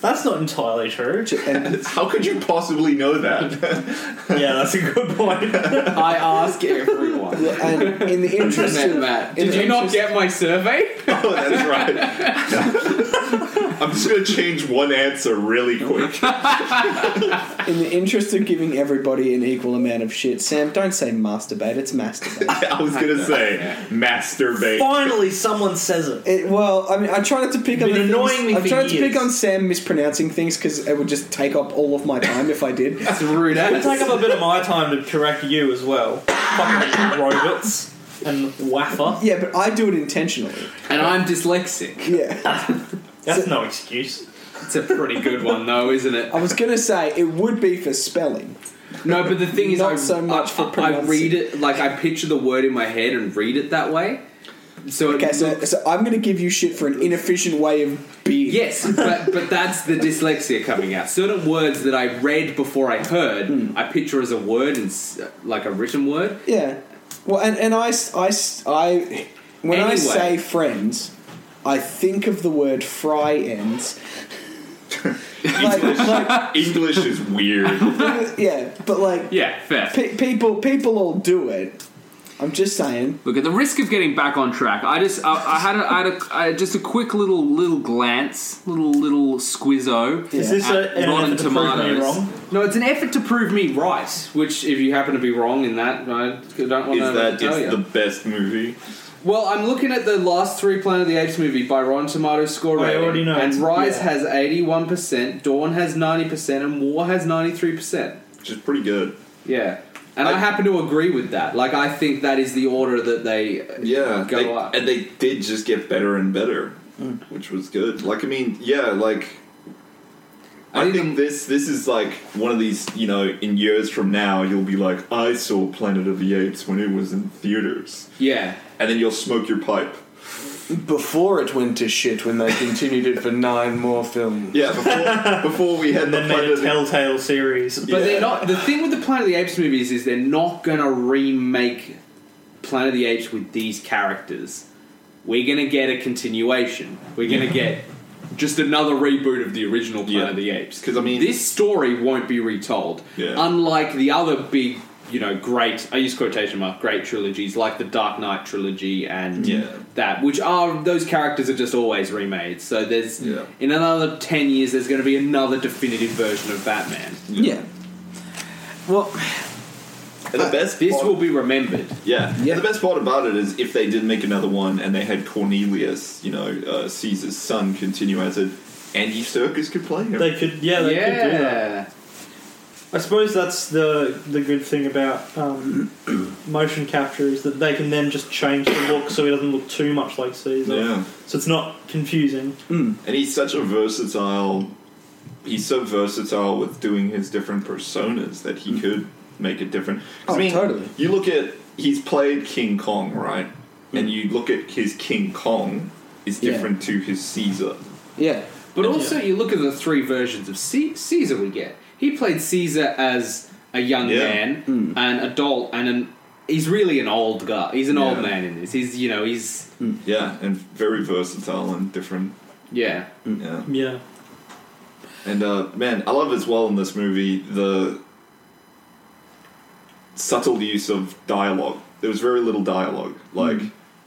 That's not entirely true. and How could you possibly know that? yeah, that's a good point. I ask everyone. and in the interest Matt, of Matt, in did the you not interest- get my survey? oh, that's right. I'm just going to change one answer really quick. in the interest of giving everybody an equal amount of shit, Sam, don't say masturbate. It's masturbate. I was going to say, masturbate. Finally, someone says it. It, well, I mean, I try not to pick on Been the things- annoying me I for try not to years. pick on Sam mispronouncing things because it would just take up all of my time if I did. That's rude It ass. take up a bit of my time to correct you as well. Fucking robots and waffer. Yeah, but I do it intentionally. And I'm dyslexic. Yeah, That's no excuse. It's a pretty good one though, isn't it? I was gonna say it would be for spelling. No, but the thing is, Not I, so much I, for I- I pronouncing. read it like I picture the word in my head and read it that way. So Okay, it so, looks- so I'm gonna give you shit for an inefficient way of being. yes, but but that's the dyslexia coming out. Certain words that I read before I heard, Hmm. I picture as a word and s- like a written word. Yeah. Well, and, and I, s- I, s- I- when I Anyway. say friends, I think of the word fry ends. like, like, English is weird. yeah, but like, Yeah, fair. pe- people, people all do it. I'm just saying. Look, at the risk of getting back on track, I just I, I had a, I had a, I, just a quick little little glance, little little squizzo. Yeah. Is this a, at an Rotten effort to prove me Tomatoes. wrong? No, it's an effort to prove me right. Which, if you happen to be wrong in that, I don't want Is to that tell it's you. the best movie? Well, I'm looking at the last three Planet of the Apes movie by Rotten Tomatoes score I rating, already know. and Rise Yeah. has 81 percent, Dawn has 90 percent, and War has 93 percent. Which is pretty good. Yeah, and I, I- happen to agree with that. Like, I think that is the order that they uh, Yeah, go they- up. and they did just get better and better, Hmm. which was good. Like I mean, yeah, like I I, think think the- this this is like one of these. You know, in years from now, you'll be like, I saw Planet of the Apes when it was in theaters, yeah, and then you'll smoke your pipe. Before it went to shit when they continued it for nine more films. Yeah, before before we had And the then made Planet. a of the- Telltale series. But Yeah. they're not. The thing with the Planet of the Apes movies is they're not going to remake Planet of the Apes with these characters. We're going to get a continuation. We're going to get just another reboot of the original Planet Yeah. of the Apes. 'Cause, I mean- this story won't be retold. Yeah. Unlike the other big, you know, great. I use quotation mark great trilogies like the Dark Knight trilogy and Yeah. that, which are those characters are just always remade. So there's Yeah. in another ten years, there's going to be another definitive version of Batman. Yeah. Well, and the best This part- will be remembered. Yeah. Yeah. And the best part about it is if they did make another one and they had Cornelius, you know, uh, Caesar's son, continue as it, Andy Serkis could play him. They could, yeah, they could do that. I suppose that's the the good thing about um, motion capture is that they can then just change the look so he doesn't look too much like Caesar. yeah. So it's not confusing. And he's such a versatile. He's so versatile with doing his different personas that he could make it different. 'Cause, Mm. Oh, totally. You look at he's played King Kong, right? And you look at his King Kong is Mm. Yeah. different to his Caesar. yeah. But Yeah. also, you look at the three versions of C- Caesar we get. He played Caesar as a young Yeah. man, an adult, and an. He's really an old guy. He's an old Yeah. man in this. He's, you know, he's. Yeah, and very versatile and different. Yeah. Mm. Yeah. Yeah. And uh, man, I love as well in this movie the subtle use of dialogue. There was very little dialogue. Like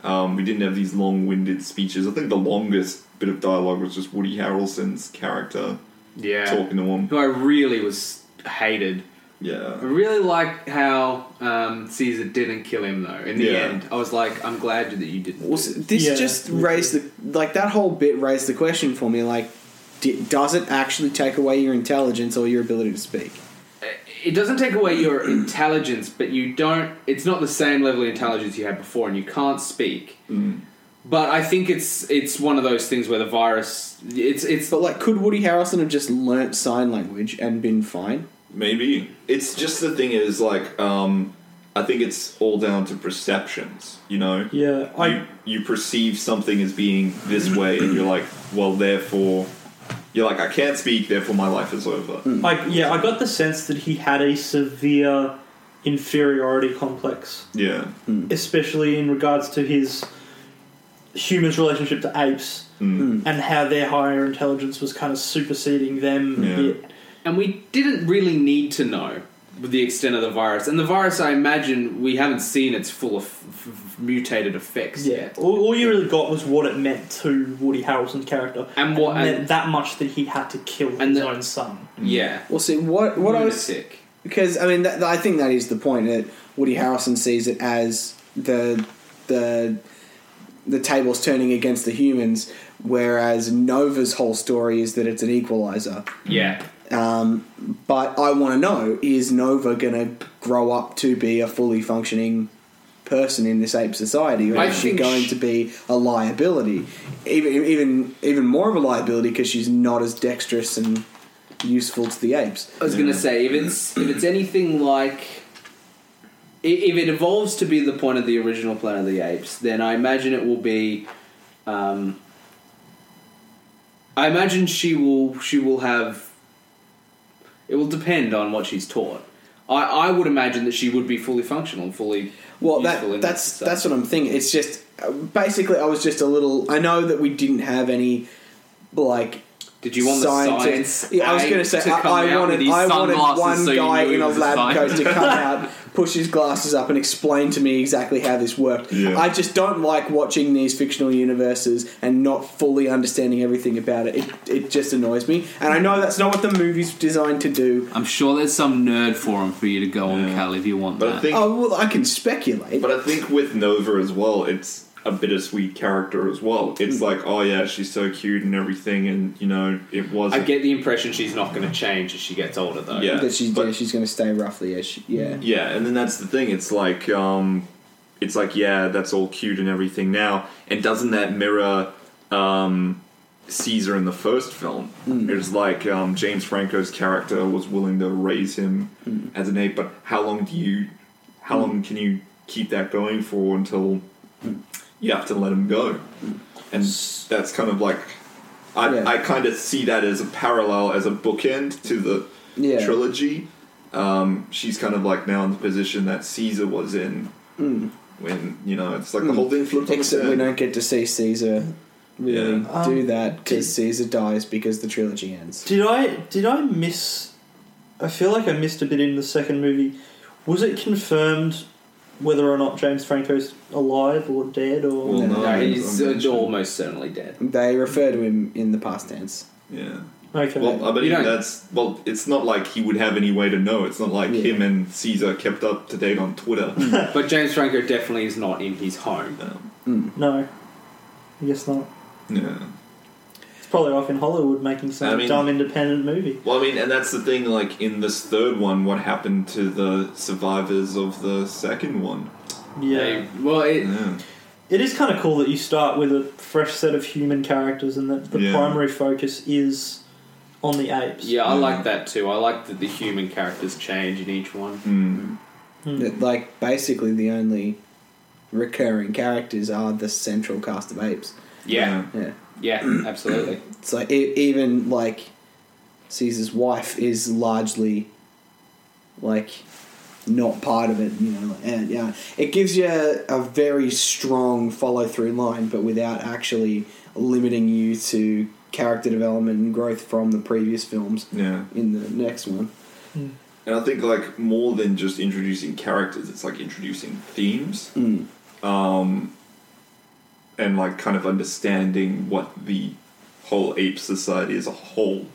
um, we didn't have these long-winded speeches. I think the longest bit of dialogue was just Woody Harrelson's character yeah, talking to him. who I really was hated. I Yeah. really like how um, Caesar didn't kill him though. In the Yeah. end, I was like, I'm glad that you didn't. Well, s- this Yeah. just raised the like that whole bit raised the question for me. Like, d- does it actually take away your intelligence or your ability to speak? It doesn't take away your intelligence, but you don't. It's not the same level of intelligence you had before, and you can't speak. But I think it's it's one of those things where the virus. It's it's But like, could Woody Harrelson have just learnt sign language and been fine? Maybe. It's just the thing is, like, um, I think it's all down to perceptions, you know? Yeah, I you, you perceive something as being this way, and you're like, well, therefore, you're like, I can't speak, therefore my life is over. Hmm. I yeah, I got the sense that he had a severe inferiority complex, Yeah, especially in regards to his humans' relationship to apes Mm. and how their higher intelligence was kind of superseding them Yeah. a bit. and we didn't really need to know the extent of the virus. And the virus, I imagine, we haven't seen its full of f- f- mutated effects Yeah, yet. all, all you really got was what it meant to Woody Harrelson's character, And what- it meant and- that much that he had to kill And his the- own son. Yeah, Well, see what what I was Lunatic. because I mean that, I think that is the point that Woody Harrelson sees it as the the the tables turning against the humans, whereas Nova's whole story is that it's an equalizer. yeah. But I want to know is Nova going to grow up to be a fully functioning person in this ape society, or I is she think going sh- to be a liability? Even even even more of a liability because she's not as dexterous and useful to the apes. I was gonna say if it's if it's anything like i- if it evolves to be the point of the original Planet of the Apes, then I imagine it will be. Um, I imagine she will she will have. It will depend on what she's taught. I, I would imagine that she would be fully functional, fully Well, useful that in that's society. that's what I'm thinking. It's just uh, basically I was just a little. I know that we didn't have any like. Did you want the scientist- science? Yeah, I was ape going to say come I, I out with wanted his I wanted sunglasses one so you guy knew in he a was lab coat scientist? to come out, push his glasses up, and explain to me exactly how this worked. Yeah. I just don't like watching these fictional universes and not fully understanding everything about it. It it just annoys me, and I know that's not what the movie's designed to do. I'm sure there's some nerd forum for you to go on, Yeah. Cal, if you want but that. I think, Oh well, I can speculate. but I think with Nova as well, it's a bittersweet character as well. It's Hmm. like, oh yeah, she's so cute and everything, and you know, it was. I get the impression she's not going to change as she gets older, though. yeah, that she's but- yeah, she's going to stay roughly as she, yeah. Yeah, and then that's the thing. It's like, um, it's like, yeah, that's all cute and everything now. And doesn't that mirror um, Caesar in the first film? It's like um, James Franco's character was willing to raise him as an ape, but how long do you, how long can you keep that going for until you have to let him go? And that's kind of like, I, Yeah. I kind of see that as a parallel, as a bookend to the Yeah. trilogy um, she's kind of like now in the position that Caesar was in Hmm. when you know it's like the whole thing flipped on its Except we head. don't get to see Caesar really Yeah. Um, do that because Caesar dies because the trilogy ends. Did I did I miss? I feel like I missed a bit in the second movie. Was it confirmed whether or not James Franco's alive or dead or? Well, No. No, he's I'm uh, not sure. almost certainly dead. They refer to him in the past tense. Yeah. Okay. Well, I believe don't- that's well. It's not like he would have any way to know. It's not like Yeah. Hmm. him and Caesar kept up to date on Twitter. But James Franco definitely is not in his home. um, no, I guess not. yeah. It's probably off in Hollywood making some I mean- dumb independent movie. Well, I mean, and that's the thing. Like in this third one, what happened to the survivors of the second one? Yeah. They- well, it, Yeah. It is kind of cool that you start with a fresh set of human characters and that the Yeah. primary focus is on the apes. yeah, I like that too. I like that the human characters change in each one. Mm. That, like basically the only recurring characters are the central cast of apes. Yeah, Yeah, yeah, absolutely. it's like e- even like Caesar's wife is largely like not part of it. You know, like, and yeah, it gives you a, a very strong follow through line, but without actually limiting you to character development and growth from the previous films Yeah. in the next one. And I think like more than just introducing characters, it's like introducing themes, um, and like kind of understanding what the whole ape society as a whole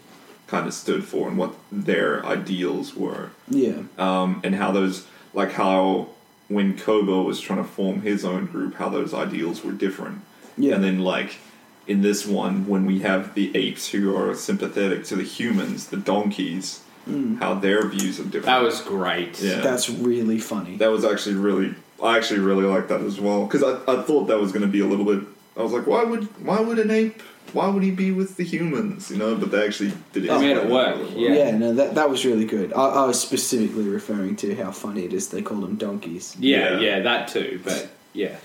kind of stood for and what their ideals were Yeah. um, and how those like how when Kobo was trying to form his own group, how those ideals were different. Yeah. And then like in this one, when we have the apes who are sympathetic to the humans, the donkeys, how their views are different. That was great. yeah. That's really funny. That was actually really. I actually really liked that as well because I, I thought that was going to be a little bit. I was like, why would why would an ape? Why would he be with the humans? You know, but they actually did it. They made it work, Yeah. Yeah, no, that, that was really good. I, I was specifically referring to how funny it is they call them donkeys. Yeah, Yeah. yeah, that too. But yeah,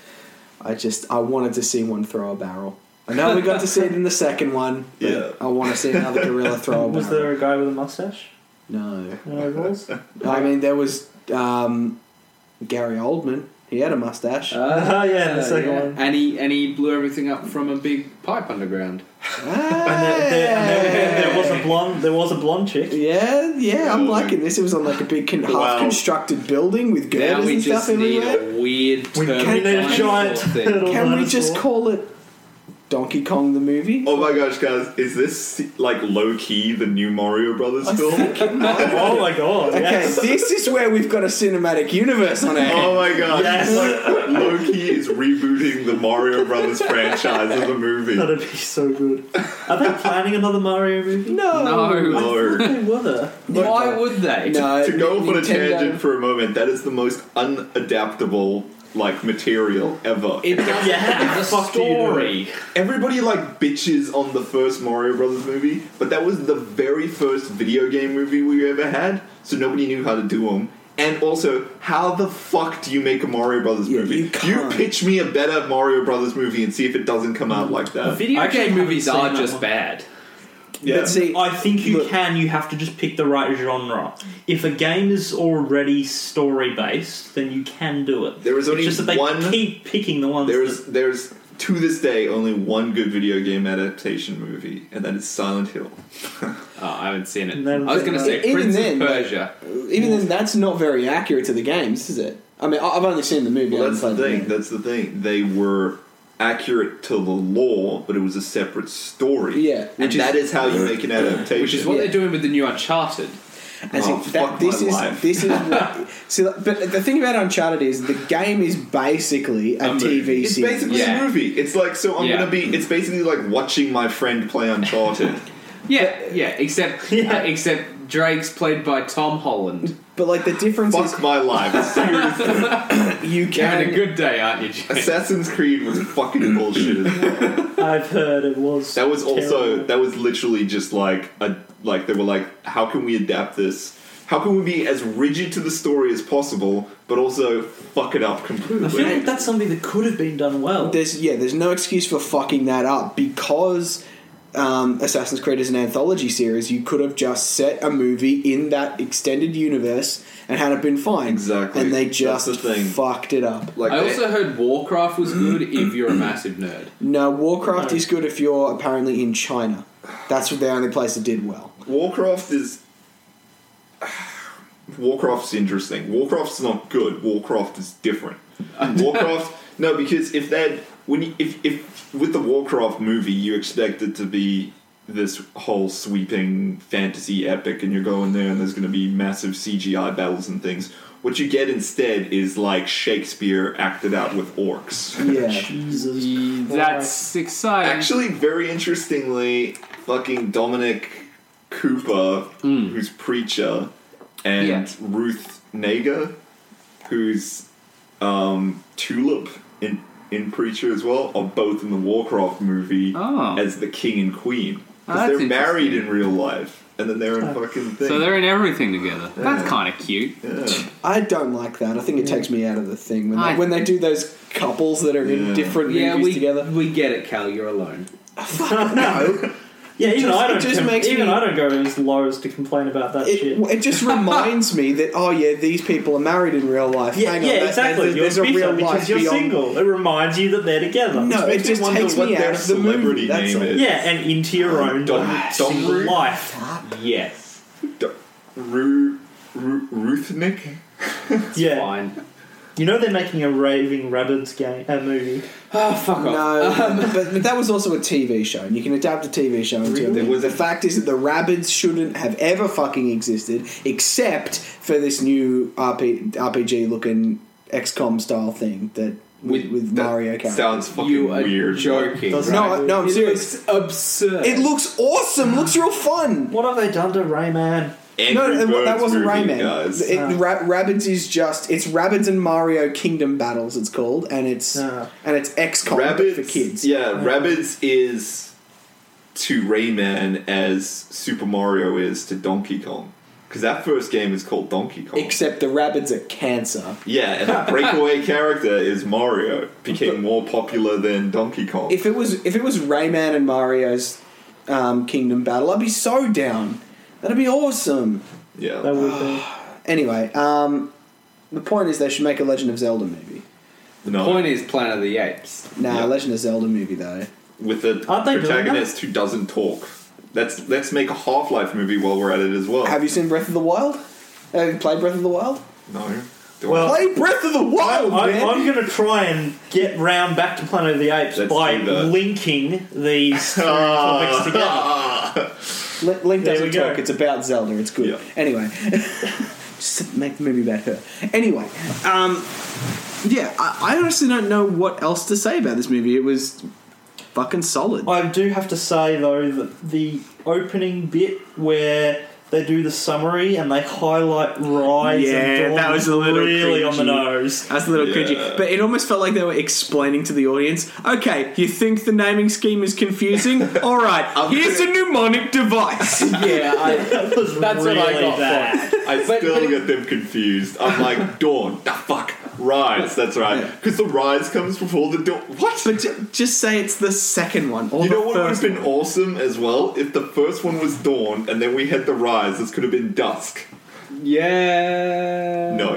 I just, I wanted to see one throw a barrel. I know we got to see it in the second one, but Yeah. I want to see another gorilla throw a Was barrel. there a guy with a mustache? No. No, it was. I mean, there was um, Gary Oldman. He had a mustache. Oh, yeah, the second yeah. one. and he and he blew everything up from a big pipe underground. Ah! And there, there, and there, there was a blonde. There was a blonde chick. yeah, yeah, I'm Yeah. liking this. It was on like a big con- Wow. half-constructed building with Now girders we and just stuff need everywhere. a weird. We turtle can need a dinosaur giant thing. turtle Can we just dinosaur. call it Donkey Kong the movie? Oh my gosh, guys! Is this like low key the new Mario Brothers film? Oh my god! Okay, Yes. this is where we've got a cinematic universe on our hands. Oh my gosh! Yes. Like, Loki is rebooting the Mario Brothers franchise as a movie. That'd be so good. Are they planning another Mario movie? No. No. They were there. Why would they? No, To go on a Nintendo- tangent for a moment, that is the most unadaptable like material ever. It doesn't Yeah, have a the fuck do you do? story. Everybody like bitches on the first Mario Brothers movie, but that was the very first video game movie we ever had, so nobody knew how to do them. And also, how the fuck do you make a Mario Brothers Yeah, movie? you can't. pitch me a better Mario Brothers movie and see if it doesn't come out like that. Video Okay, game movies haven't are seen that just one. bad. Yeah. But see, I think you Look. can. You have to just pick the right genre. If a game is already story based, then you can do it. There is It's only just that they one- keep picking the ones. There's that, there's to this day only one good video game adaptation movie, and that is Silent Hill. Oh, I haven't seen it. And then- I was going to say Even Prince then, of Persia. even then, that's not very accurate to the games, is it? I mean, I- I've only seen the movie. Well, I that's the haven't played thing. game. That's the thing. They were accurate to the law, but it was a separate story. Yeah, and which is- that is how you make an adaptation. Which is what Yeah. they're doing with the new Uncharted. And see, Oh, fuck that, this my is life. this is what, see, like, but the thing about Uncharted is the game is basically a, A movie. TV It's series. basically Yeah. a movie. It's like so. I'm Yeah. gonna be. It's basically like watching my friend play Uncharted. Yeah, yeah. Except, Yeah. except Drake's played by Tom Holland. But like the difference Fuck my life. Seriously. is you You're having a can. good day, aren't you, Jake? Assassin's Creed was fucking bullshit. As well. I've heard it was. That was also. terrible. That was literally just like a like they were like, how can we adapt this? How can we be as rigid to the story as possible, but also fuck it up completely? I feel like that's something that could have been done well. There's yeah, there's no excuse for fucking that up because um, Assassin's Creed is an anthology series. You could have just set a movie in that extended universe and had it been fine. Exactly. and they That's just the thing. fucked it up. Like I they- also heard Warcraft was good if you're a massive nerd. No, Warcraft No. is good if you're apparently in China. That's the only place that did well. Warcraft is. Warcraft's interesting. Warcraft's not good. Warcraft is different. Warcraft, no, because if that when you, if if with the Warcraft movie you expect it to be this whole sweeping fantasy epic, and you're going there, and there's going to be massive CGI battles and things. What you get instead is like Shakespeare acted out with orcs. Yeah. Jesus. That's exciting. Actually, very interestingly, fucking Dominic Cooper, Hmm. who's preacher, and Yeah. Ruth Nager, who's um, Tulip in in Preacher as well, are both in the Warcraft movie Oh. as the king and queen Oh, because that's they're married in real life, and then they're in fucking thing. so they're in everything together. That's kind of cute. yeah. I don't like that. I think it takes me out of the thing when they, I- when they do those couples that are Yeah. in different Yeah, movies we, together. we get it, Cal. You're alone. No, Yeah, even just- I it don't. just com- makes even me- I don't go as low as to complain about that it, shit. it just reminds me that oh yeah, these people are married in real life. yeah, Hang on, yeah, that- exactly. There's, there's you're a bitter real life because you're beyond. single. It reminds you that they're together. No, it Makes me just wonder takes what me their out of the celebrity movie. That's name all. is. Yeah, and into your own Dom- single Dom- life. Yes. Ru- Ru- Ruthnik. yeah, Fine. You know they're making a raving rabbits game, a movie. Oh, fuck off. No, but, but that was also a TV show, and you can adapt a TV show into a Really? movie. The fact is that the Rabbids shouldn't have ever fucking existed, except for this new RP, RPG-looking XCOM-style thing that with, with that Mario characters. Sounds fucking You are weird. joking. Doesn't- No, I- no, I'm It serious. looks absurd. It looks awesome. Looks real fun. What have they done to Rayman? No, Andrew no, that- that Bird's wasn't movie, Rayman. guys. It, Ah. Ra- Rabbids is just it's Rabbids and Mario Kingdom Battles. It's called, and it's Ah. and it's XCOM Rabbids for kids. Yeah, Rabbids is to Rayman as Super Mario is to Donkey Kong. Because that first game is called Donkey Kong. Except the Rabbids are cancer. yeah, and the breakaway character is Mario. Became more popular than Donkey Kong. if it was if it was Rayman and Mario's um, Kingdom Battle, I'd be so down. That'd be awesome. yeah. That would be. Anyway, um, the point is they should make a Legend of Zelda movie. No. Point is, Planet of the Apes. Nah, Yeah. Legend of Zelda movie though. With a Aren't they doing protagonist who doesn't talk. Let's let's make a Half Life movie while we're at it as well. Have you seen Breath of the Wild? Have you played Breath of the Wild? No. Do I- Well, Play Breath of the Wild, I, man. I'm going to try and get round back to Planet of the Apes Let's by do that. linking Ah! these three topics together. Li- Link There doesn't we go. talk. It's about Zelda. It's good. Yeah. Anyway, just make the movie about her. Anyway, um, yeah, I, I honestly don't know what else to say about this movie. It was fucking solid. I do have to say though that the opening bit where they do the summary and they highlight rise Yeah, and dawn that was a little really on the cringy. nose. That's a little Yeah. cringy. But it almost felt like they were explaining to the audience, okay, you think the naming scheme is confusing? All right, here's a mnemonic device. Yeah, I, That was That's what really I got bad. I But- still but- get them confused. I'm like, dawn, the fuck, rise. That's right, because the rise comes before the dawn. What? but ju- just say it's the second one. Or you the know what would have first been awesome as well if the first one was dawn and then we had the rise. This could have been dusk. yeah. No,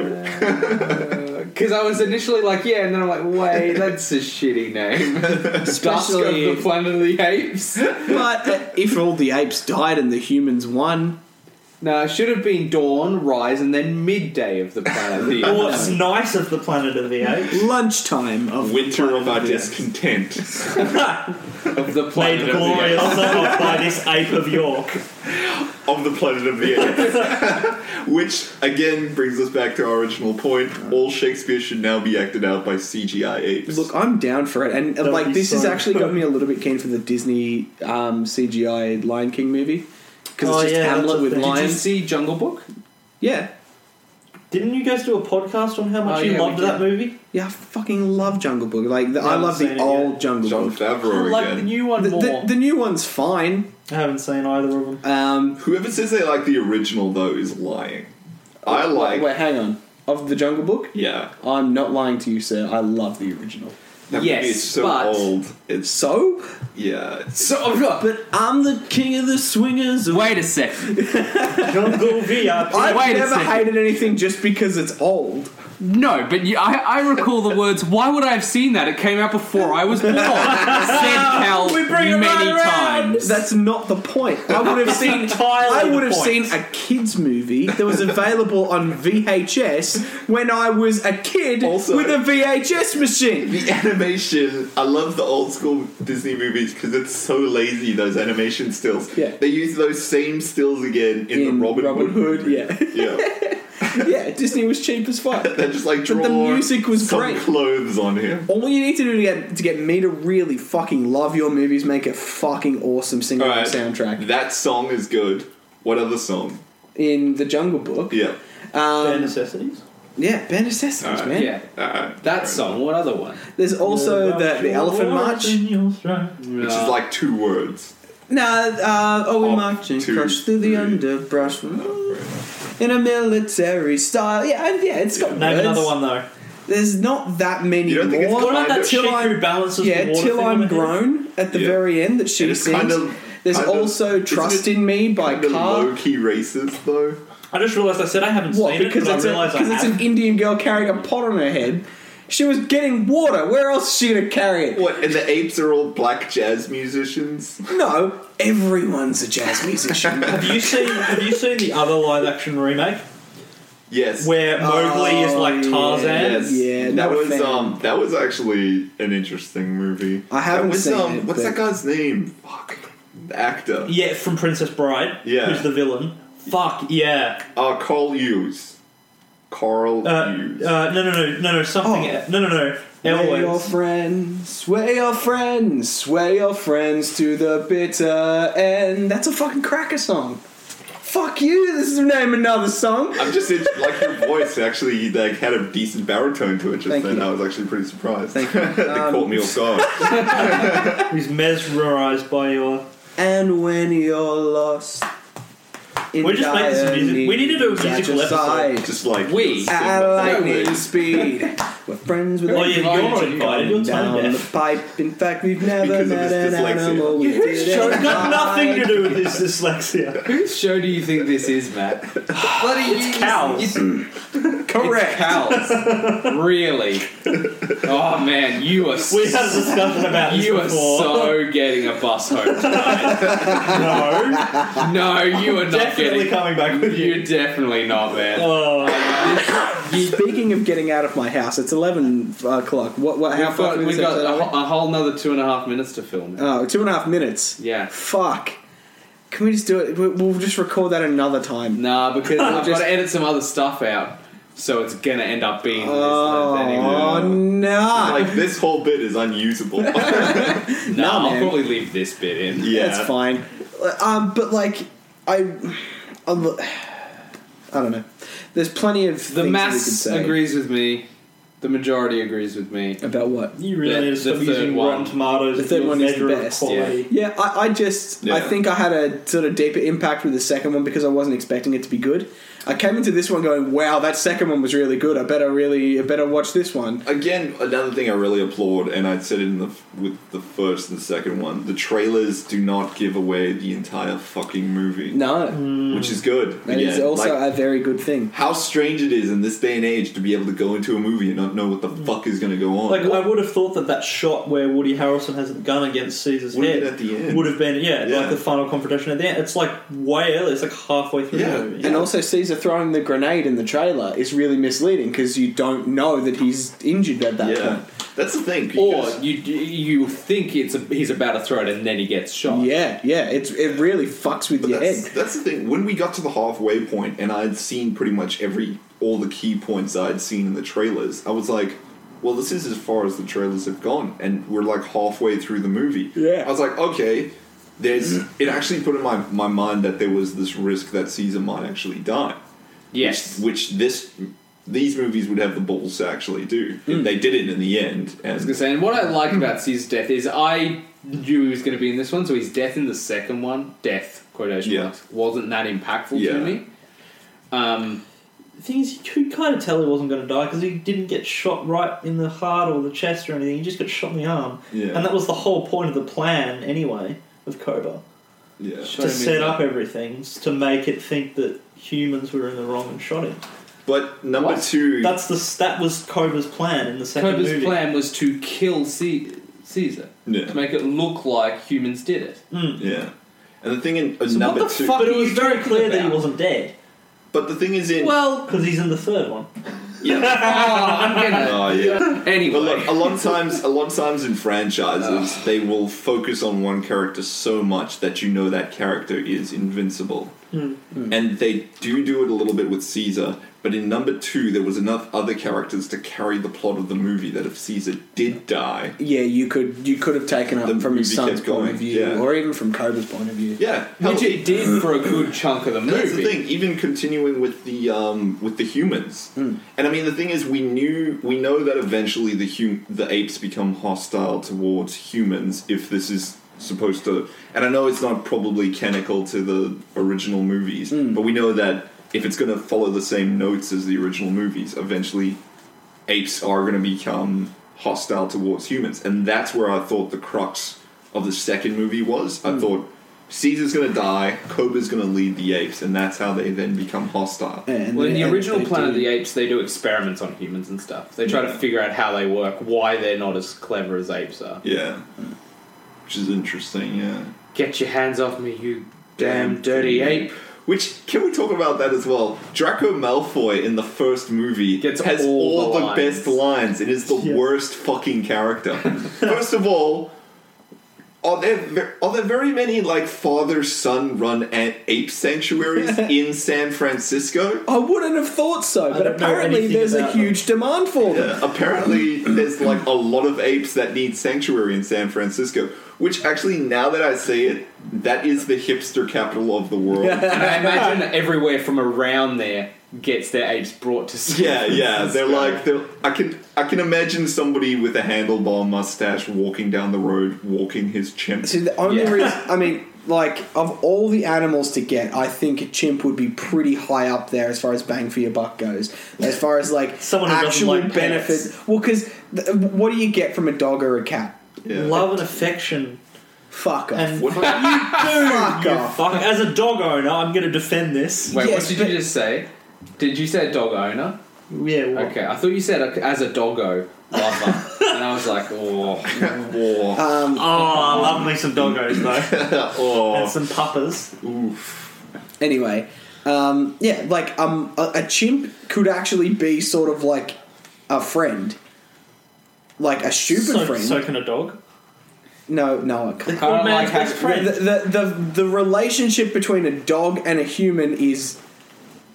Because I was initially like, yeah, and then I'm like, wait, that's a shitty name. Dusk of Especially- the Planet of the Apes. one. But uh, if all the apes died and the humans won, No, it should have been dawn, rise, and then midday of the Planet of the Well, Apes. what's nice of the Planet of the Apes lunchtime of winter of our Yeah. discontent. of the Planet made of the Apes. glorious of by this ape of York. of the planet of the apes. Which again brings us back to our original point: all Shakespeare should now be acted out by CGI apes. Look, I'm down for it, and uh, That'd like be this has so actually good. got me a little bit keen for the Disney um, CGI Lion King movie because Oh, it's just yeah, that's Hamlet a with thing. Did you Did you lions. see Jungle Book? Yeah, Didn't you guys do a podcast on how much Oh, you yeah, we loved that movie? Yeah, I fucking love Jungle Book. Like the, I haven't love seen the it old yet. Jungle John Book. Favreau like the again. new one The, more. the, the new one's fine. I haven't seen either of them. Um, Whoever says they like the original though is lying. I like. wait, hang on. Of the Jungle Book, Yeah, I'm not lying to you, sir. I love the original. that Yes, movie is so but- old. It's So, yeah. It's, so, oh, no, but I'm the king of the swingers. Wait a sec. Jungle VR. I've Wait a never second. hated anything just because it's old. No, but you, I, I recall the words. Why would I have seen that? It came out before I was born. Said Cal many times. That's not the point. I would have seen. Entirely I would the have seen point. a kids movie that was available on VHS when I was a kid Also- with a VHS machine. the animation, I love the old school Disney movies because it's so lazy. Those animation stills, Yeah. they use those same stills again in, the Robin, Hood. movie. yeah. yeah, yeah, Disney was cheap as fuck. they're just like But draw the music was some great. clothes on him. All you need to do to get to get me to really fucking love your movies, make a fucking awesome single Alright. soundtrack That song is good. What other song? in the Jungle Book. Yeah. Bare Um, necessities. yeah, bare necessities, Alright. man. yeah, Alright. that song. What other one? There's also the, the Elephant March. Which uh, is like two words. Nah, uh, oh, we Up march and to crush through the three. underbrush in a military style. Yeah, and yeah, it's got Name words. another one though. There's not that many You don't think it's more. What about that Chick Till I'm- who balances Yeah, the water till thing on I'm her head? grown at the Yeah. very end that she And it's sings. kind of- There's kind of- also isn't Trust it in Me by Kind of Car. low key racist though. I just realised I said I haven't What? seen Because it, it's, but I a, realised I because it's an have. Indian girl carrying a pot on her head. She was getting water. Where else is she gonna carry it? What? And the apes are all black jazz musicians. No, everyone's a jazz musician. Have you seen Have you seen the other live action remake? Yes. where Mowgli is Oh, like Tarzan. Yes. Yeah, that not a was fan. um that was actually an interesting movie. I haven't that was, seen um, it, What's but- that guy's name? Fuck, the actor. Yeah, from Princess Bride. Yeah. who's the villain? Fuck yeah. Uh, Carl Hughes. Carl Uh, uh, Hughes. no, no, no, no, no, something. e- No, no, no. Sway your Elwood. friends, sway your friends, sway your friends to the bitter end. That's a fucking cracker song. Fuck you, this is name another song. I'm just in, like your voice actually like had a decent baritone to it just Thank then. you. I was actually pretty surprised. Thank you. they Um, caught me off guard. Who's mesmerized by your. And when you're lost, in We're just making some dire music- we need to do a needs at musical your episode. side. just like We- sing At along. lightning speed, we're friends with Oh, yeah, everyone. you're not invited. You're down tone the deaf. pipe. In fact, we've never Because of met his an dyslexia. animal. We It's didn't got nothing to like. do with this dyslexia. Whose show do you think this is, Matt? Bloody it's cows. Correct. cows. really? Oh man, you are We so, had a discussion about this you are before. so getting a bus home tonight. no, no, you are not definitely getting. coming back with you. You're definitely not, man. Oh, Speaking of getting out of my house, it's eleven o'clock. What? What? How We've far? got, through we've this got episode a, are we? whole- a whole another two and a half minutes to film. Oh, two and a half minutes. Yeah. Fuck. Can we just do it? we- We'll just record that another time. Nah, because I've got Just- to edit some other stuff out, so it's gonna end up being this length anyway. Oh, no. Like this whole bit is unusable. Nah, I'll man. probably leave this bit in. yeah, That's fine. Um, but, like, I. I'm, I don't know. There's plenty of The things we could mass say agrees with me. The majority agrees with me. about what. you really The- need to stop the third using one. Rotten Tomatoes The as third your one is the measure best, of yeah. quality. Yeah, I, I just I Yeah. think I had a sort of deeper impact with the second one because I wasn't expecting it to be good. I came into this one going, "Wow, that second one was really good. I better really I better watch this one." Again, another thing I really applaud, and I said it in the with the first and second one. The trailers do not give away the entire fucking movie, No, which is good. that is Again, also Mm. like, a very good thing. how strange it is in this day and age to be able to go into a movie and not know what the fuck is going to go on. Like I would have thought that that shot where Woody Harrelson has the gun against Caesar's Would've head been at the end. would have been yeah, Yeah. like the final confrontation at the end. It's like way early. It's like halfway through Yeah. the movie. And also, Caesar throwing the grenade in the trailer is really misleading because you don't know that he's injured at that yeah, that's the thing. Or because- you you think it's a, he's about to throw it and then he gets shot. point. Yeah, yeah, it's it really fucks with But your that's, head. that's the thing. When we got to the halfway point, and I'd seen pretty much every all the key points I'd seen in the trailers, I was like, "Well, this is as far as the trailers have gone," and we're like halfway through the movie. Yeah. I was like, "Okay, there's." It actually put in my my mind that there was this risk that Caesar might actually die. Yes. Which, which this these movies would have the balls to actually do. Hmm. They did it in the end, and I was gonna say, and what I liked about Caesar's death is I knew he was going to be in this one, so his death in the second one, death quotation Yeah. marks, wasn't that impactful Yeah. to me. Um, The thing is, you could kind of tell he wasn't going to die because he didn't get shot right in the heart or the chest or anything. He just got shot in the arm, Yeah. and that was the whole point of the plan anyway of Cobra yeah. to set up everything s- to make it think that humans were in the wrong and shot him. But number What? two, That's the s- that was Cobra's plan in the second Cobra's movie. plan was to kill Ce- Caesar Yeah. to make it look like humans did it. yeah. And the thing in uh, So what number the two, fuck But it are was you very talking clear that he about? wasn't dead but the thing is in Well, because he's in the third one. oh, I'm gonna. Oh yeah. Anyway, A lot, a lot of times, a lot of times in franchises, they will focus on one character so much that you know that character is invincible, and they do do it a little bit with Caesar. But in number two, there was enough other characters to carry the plot of the movie that if Caesar did die, Yeah, you could you could have taken up The from his movie son's point kept going, of view, yeah. or even from Cobra's point of view. yeah, hell, which it did for a good chunk of the And movie. That's the thing. Even continuing with the um, with the humans, Hmm. and I mean the thing is, we knew we know that eventually the hum- the apes become hostile towards humans if this is supposed to. And I know it's not probably canonical to the original movies, Hmm. but we know that if it's going to follow the same notes as the original movies, eventually apes are going to become hostile towards humans, and that's where I thought the crux of the second movie was. I thought Caesar's going to die, Cobra's going to lead the apes, and that's how they then become hostile. And Well, in the and original they Planet do- of the Apes, they do experiments on humans and stuff. They try to figure out how they work, why they're not as clever as apes are. Yeah, which is interesting. Yeah, Get your hands off me, you damn damn dirty ape! Which can we talk about that as well? Draco Malfoy in the first movie Gets has all all, the the, lines. best lines and is the Yeah. worst fucking character. first of all, are there ver- are there very many like father son run a- ape sanctuaries in San Francisco? I wouldn't have thought so, but don't know apparently anything there's a about them. huge demand for them. Uh, apparently, there's like a lot of apes that need sanctuary in San Francisco. Which actually, now that I say it, that is the hipster capital of the world. And I imagine that everywhere from around there gets their apes brought to San Yeah, yeah. Francisco. They're like they're, I can I can imagine somebody with a handlebar mustache walking down the road, walking his chimp. See, the only Yeah. reason, I mean, like, of all the animals to get, I think a chimp would be pretty high up there as far as bang for your buck goes. As far as, like, Someone who doesn't actual like pets. benefits. Well, because th- what do you get from a dog or a cat? Yeah. Love and affection. Fuck off. And What- fuck off. fuck, as a dog owner, I'm going to defend this. Wait, Yes, what did but- you just say? Did you say dog owner? Yeah, well, Okay, I thought you said uh, as a doggo lover, and I was like, oh, Or- Oh, I love me some doggos though, and or- some puppers. Anyway, um, yeah, like, um, a, a chimp could actually be sort of like a friend. Like a stupid So, friend. so can a dog. no, no, I can't. Or man's like how- best friend. The, the, the, the relationship between a dog and a human is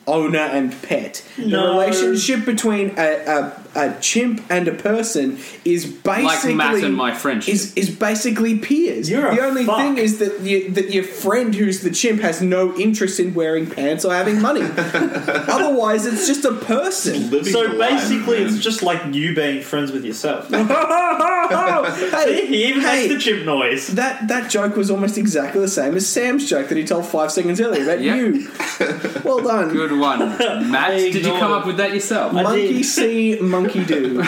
owner and pet. The No. relationship between a, a, a chimp and a person is like basically Matt and my friendship. is, is basically peers. You're a the only fuck. thing is that you, that your friend who's the chimp has no interest in wearing pants or having money. Otherwise, it's just a person. living the So life, basically, man. it's just like you being friends with yourself. hey, he even hey, makes the chimp noise. That that joke was almost exactly the same as Sam's joke that he told five seconds earlier about Yeah. you. Well done. Good one, Matt. Did you ignored come it. up with that yourself? I Monkey did. see, monkey do. Anyway,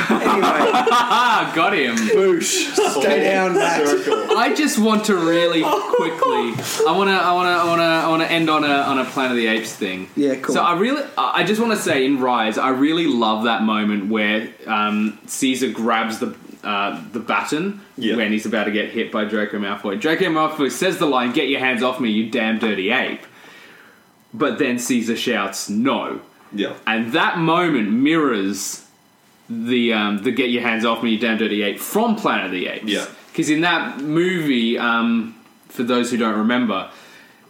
Ah, got him. boosh. Full Stay down, Matt. circle. I just want to really quickly. I want to. I want to. I want to. I want to end on a on a Planet of the Apes thing. Yeah, cool. So I really. I I just want to say in Rise, I really love that moment where um, Caesar grabs the uh, the baton Yeah. when he's about to get hit by Draco Malfoy. Draco Malfoy says the line, "Get your hands off me, you damn dirty ape." But then Caesar shouts, "No!" Yeah. And that moment mirrors the um, the "Get your hands off me, you damn dirty ape" from Planet of the Apes. Yeah. Because in that movie, um, for those who don't remember,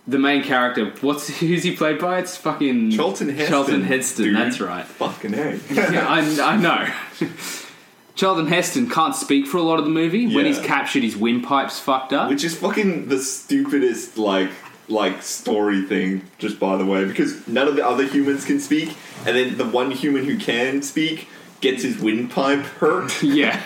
the main character, what's who's he played by? It's fucking Charlton Heston. Charlton Heston. dude. That's right. Fucking hey. Yeah, I, I know. Charlton Heston can't speak for a lot of the movie. When Yeah. he's captured, his windpipe's fucked up. Which is fucking the stupidest like like story thing, just by the way, because none of the other humans can speak, and then the one human who can speak gets his windpipe hurt. yeah.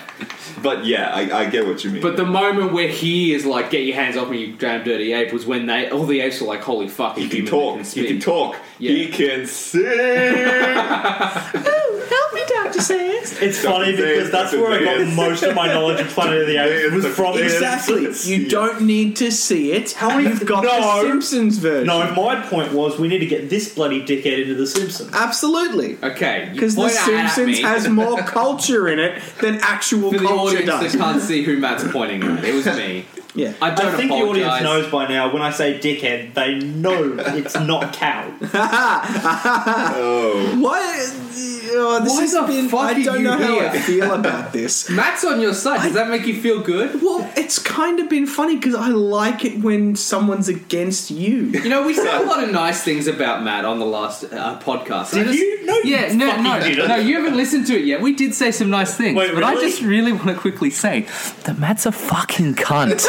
but yeah, I, I get what you mean. But the moment where he is like, "Get your hands off me, you damn dirty ape," was when they all the apes were like, "Holy fuck, He a can human that talk. can he can speak." talk. Yeah. He can sing. Help me, Doctor Sands. It's Dr. funny because Sands, that's Dr. where I got Sands. most of my knowledge of Planet of the Apes Sands, was Dr. from. Sands. Exactly. You don't need to see it. How many You've got No. the Simpsons version. No, my point was we need to get this bloody dickhead into The Simpsons. Absolutely. Okay, Because The Simpsons Simpsons has more culture in it than actual for the culture audience does. that can't see who Matt's pointing at. It was me. Yeah. I don't I think apologize. the audience knows by now. When I say dickhead, they know it's not cow. oh, Why? Oh, this Why has the been. fuck I are don't you know how I here? feel about this. Matt's on your side. Does that make you feel good? Well, it's kind of been funny because I like it when someone's against you. You know, we said a lot of nice things about Matt on the last uh, podcast. I Did just- you? No, you yeah, no, fucking no, didn't. no. You haven't listened to it yet. We did say some nice things, Wait, but I really? just really want to quickly say that Matt's a fucking cunt.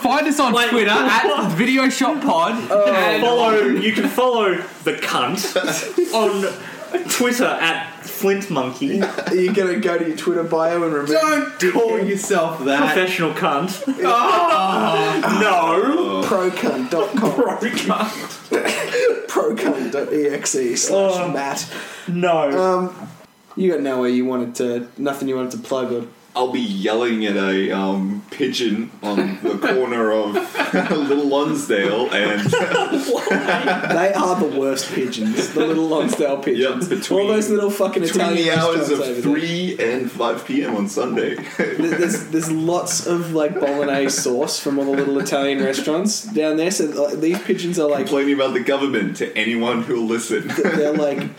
Find us on Wait, Twitter what? at Video Shop Pod. Oh. and follow. You can follow the cunt on Twitter at Flint Monkey Are you gonna go to your Twitter bio and remember? Don't call yourself that. professional cunt. Oh. no, procunt.com pro cunt. procunt.exe E slash Oh. Matt. No. Um, you got nowhere you wanted to, nothing you wanted to plug or I'll be yelling at a um, pigeon on the corner of Little Lonsdale, and They are the worst pigeons, the little Lonsdale yeah, pigeons. All between, those little fucking between Italian the hours restaurants over of there. three and five p.m. on Sunday. There- There's, there's lots of like bolognese sauce from all the little Italian restaurants down there. So uh, these pigeons are like Complaining about the government to anyone who'll listen. they're like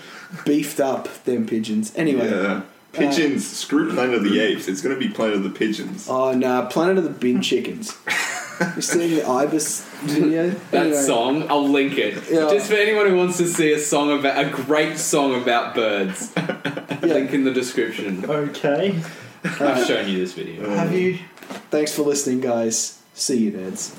beefed up. Them pigeons. Anyway. Yeah. Pigeons, screw Planet of the Apes. It's going to be Planet of the Pigeons. Oh no, Planet of the Bin Chickens. you seen the ibis video? That Anyway. song, I'll link it. Yeah. Just for anyone who wants to see a song about a great song about birds, link in the description. Okay. I've shown you this video. Have you? Thanks for listening, guys. See you, nerds.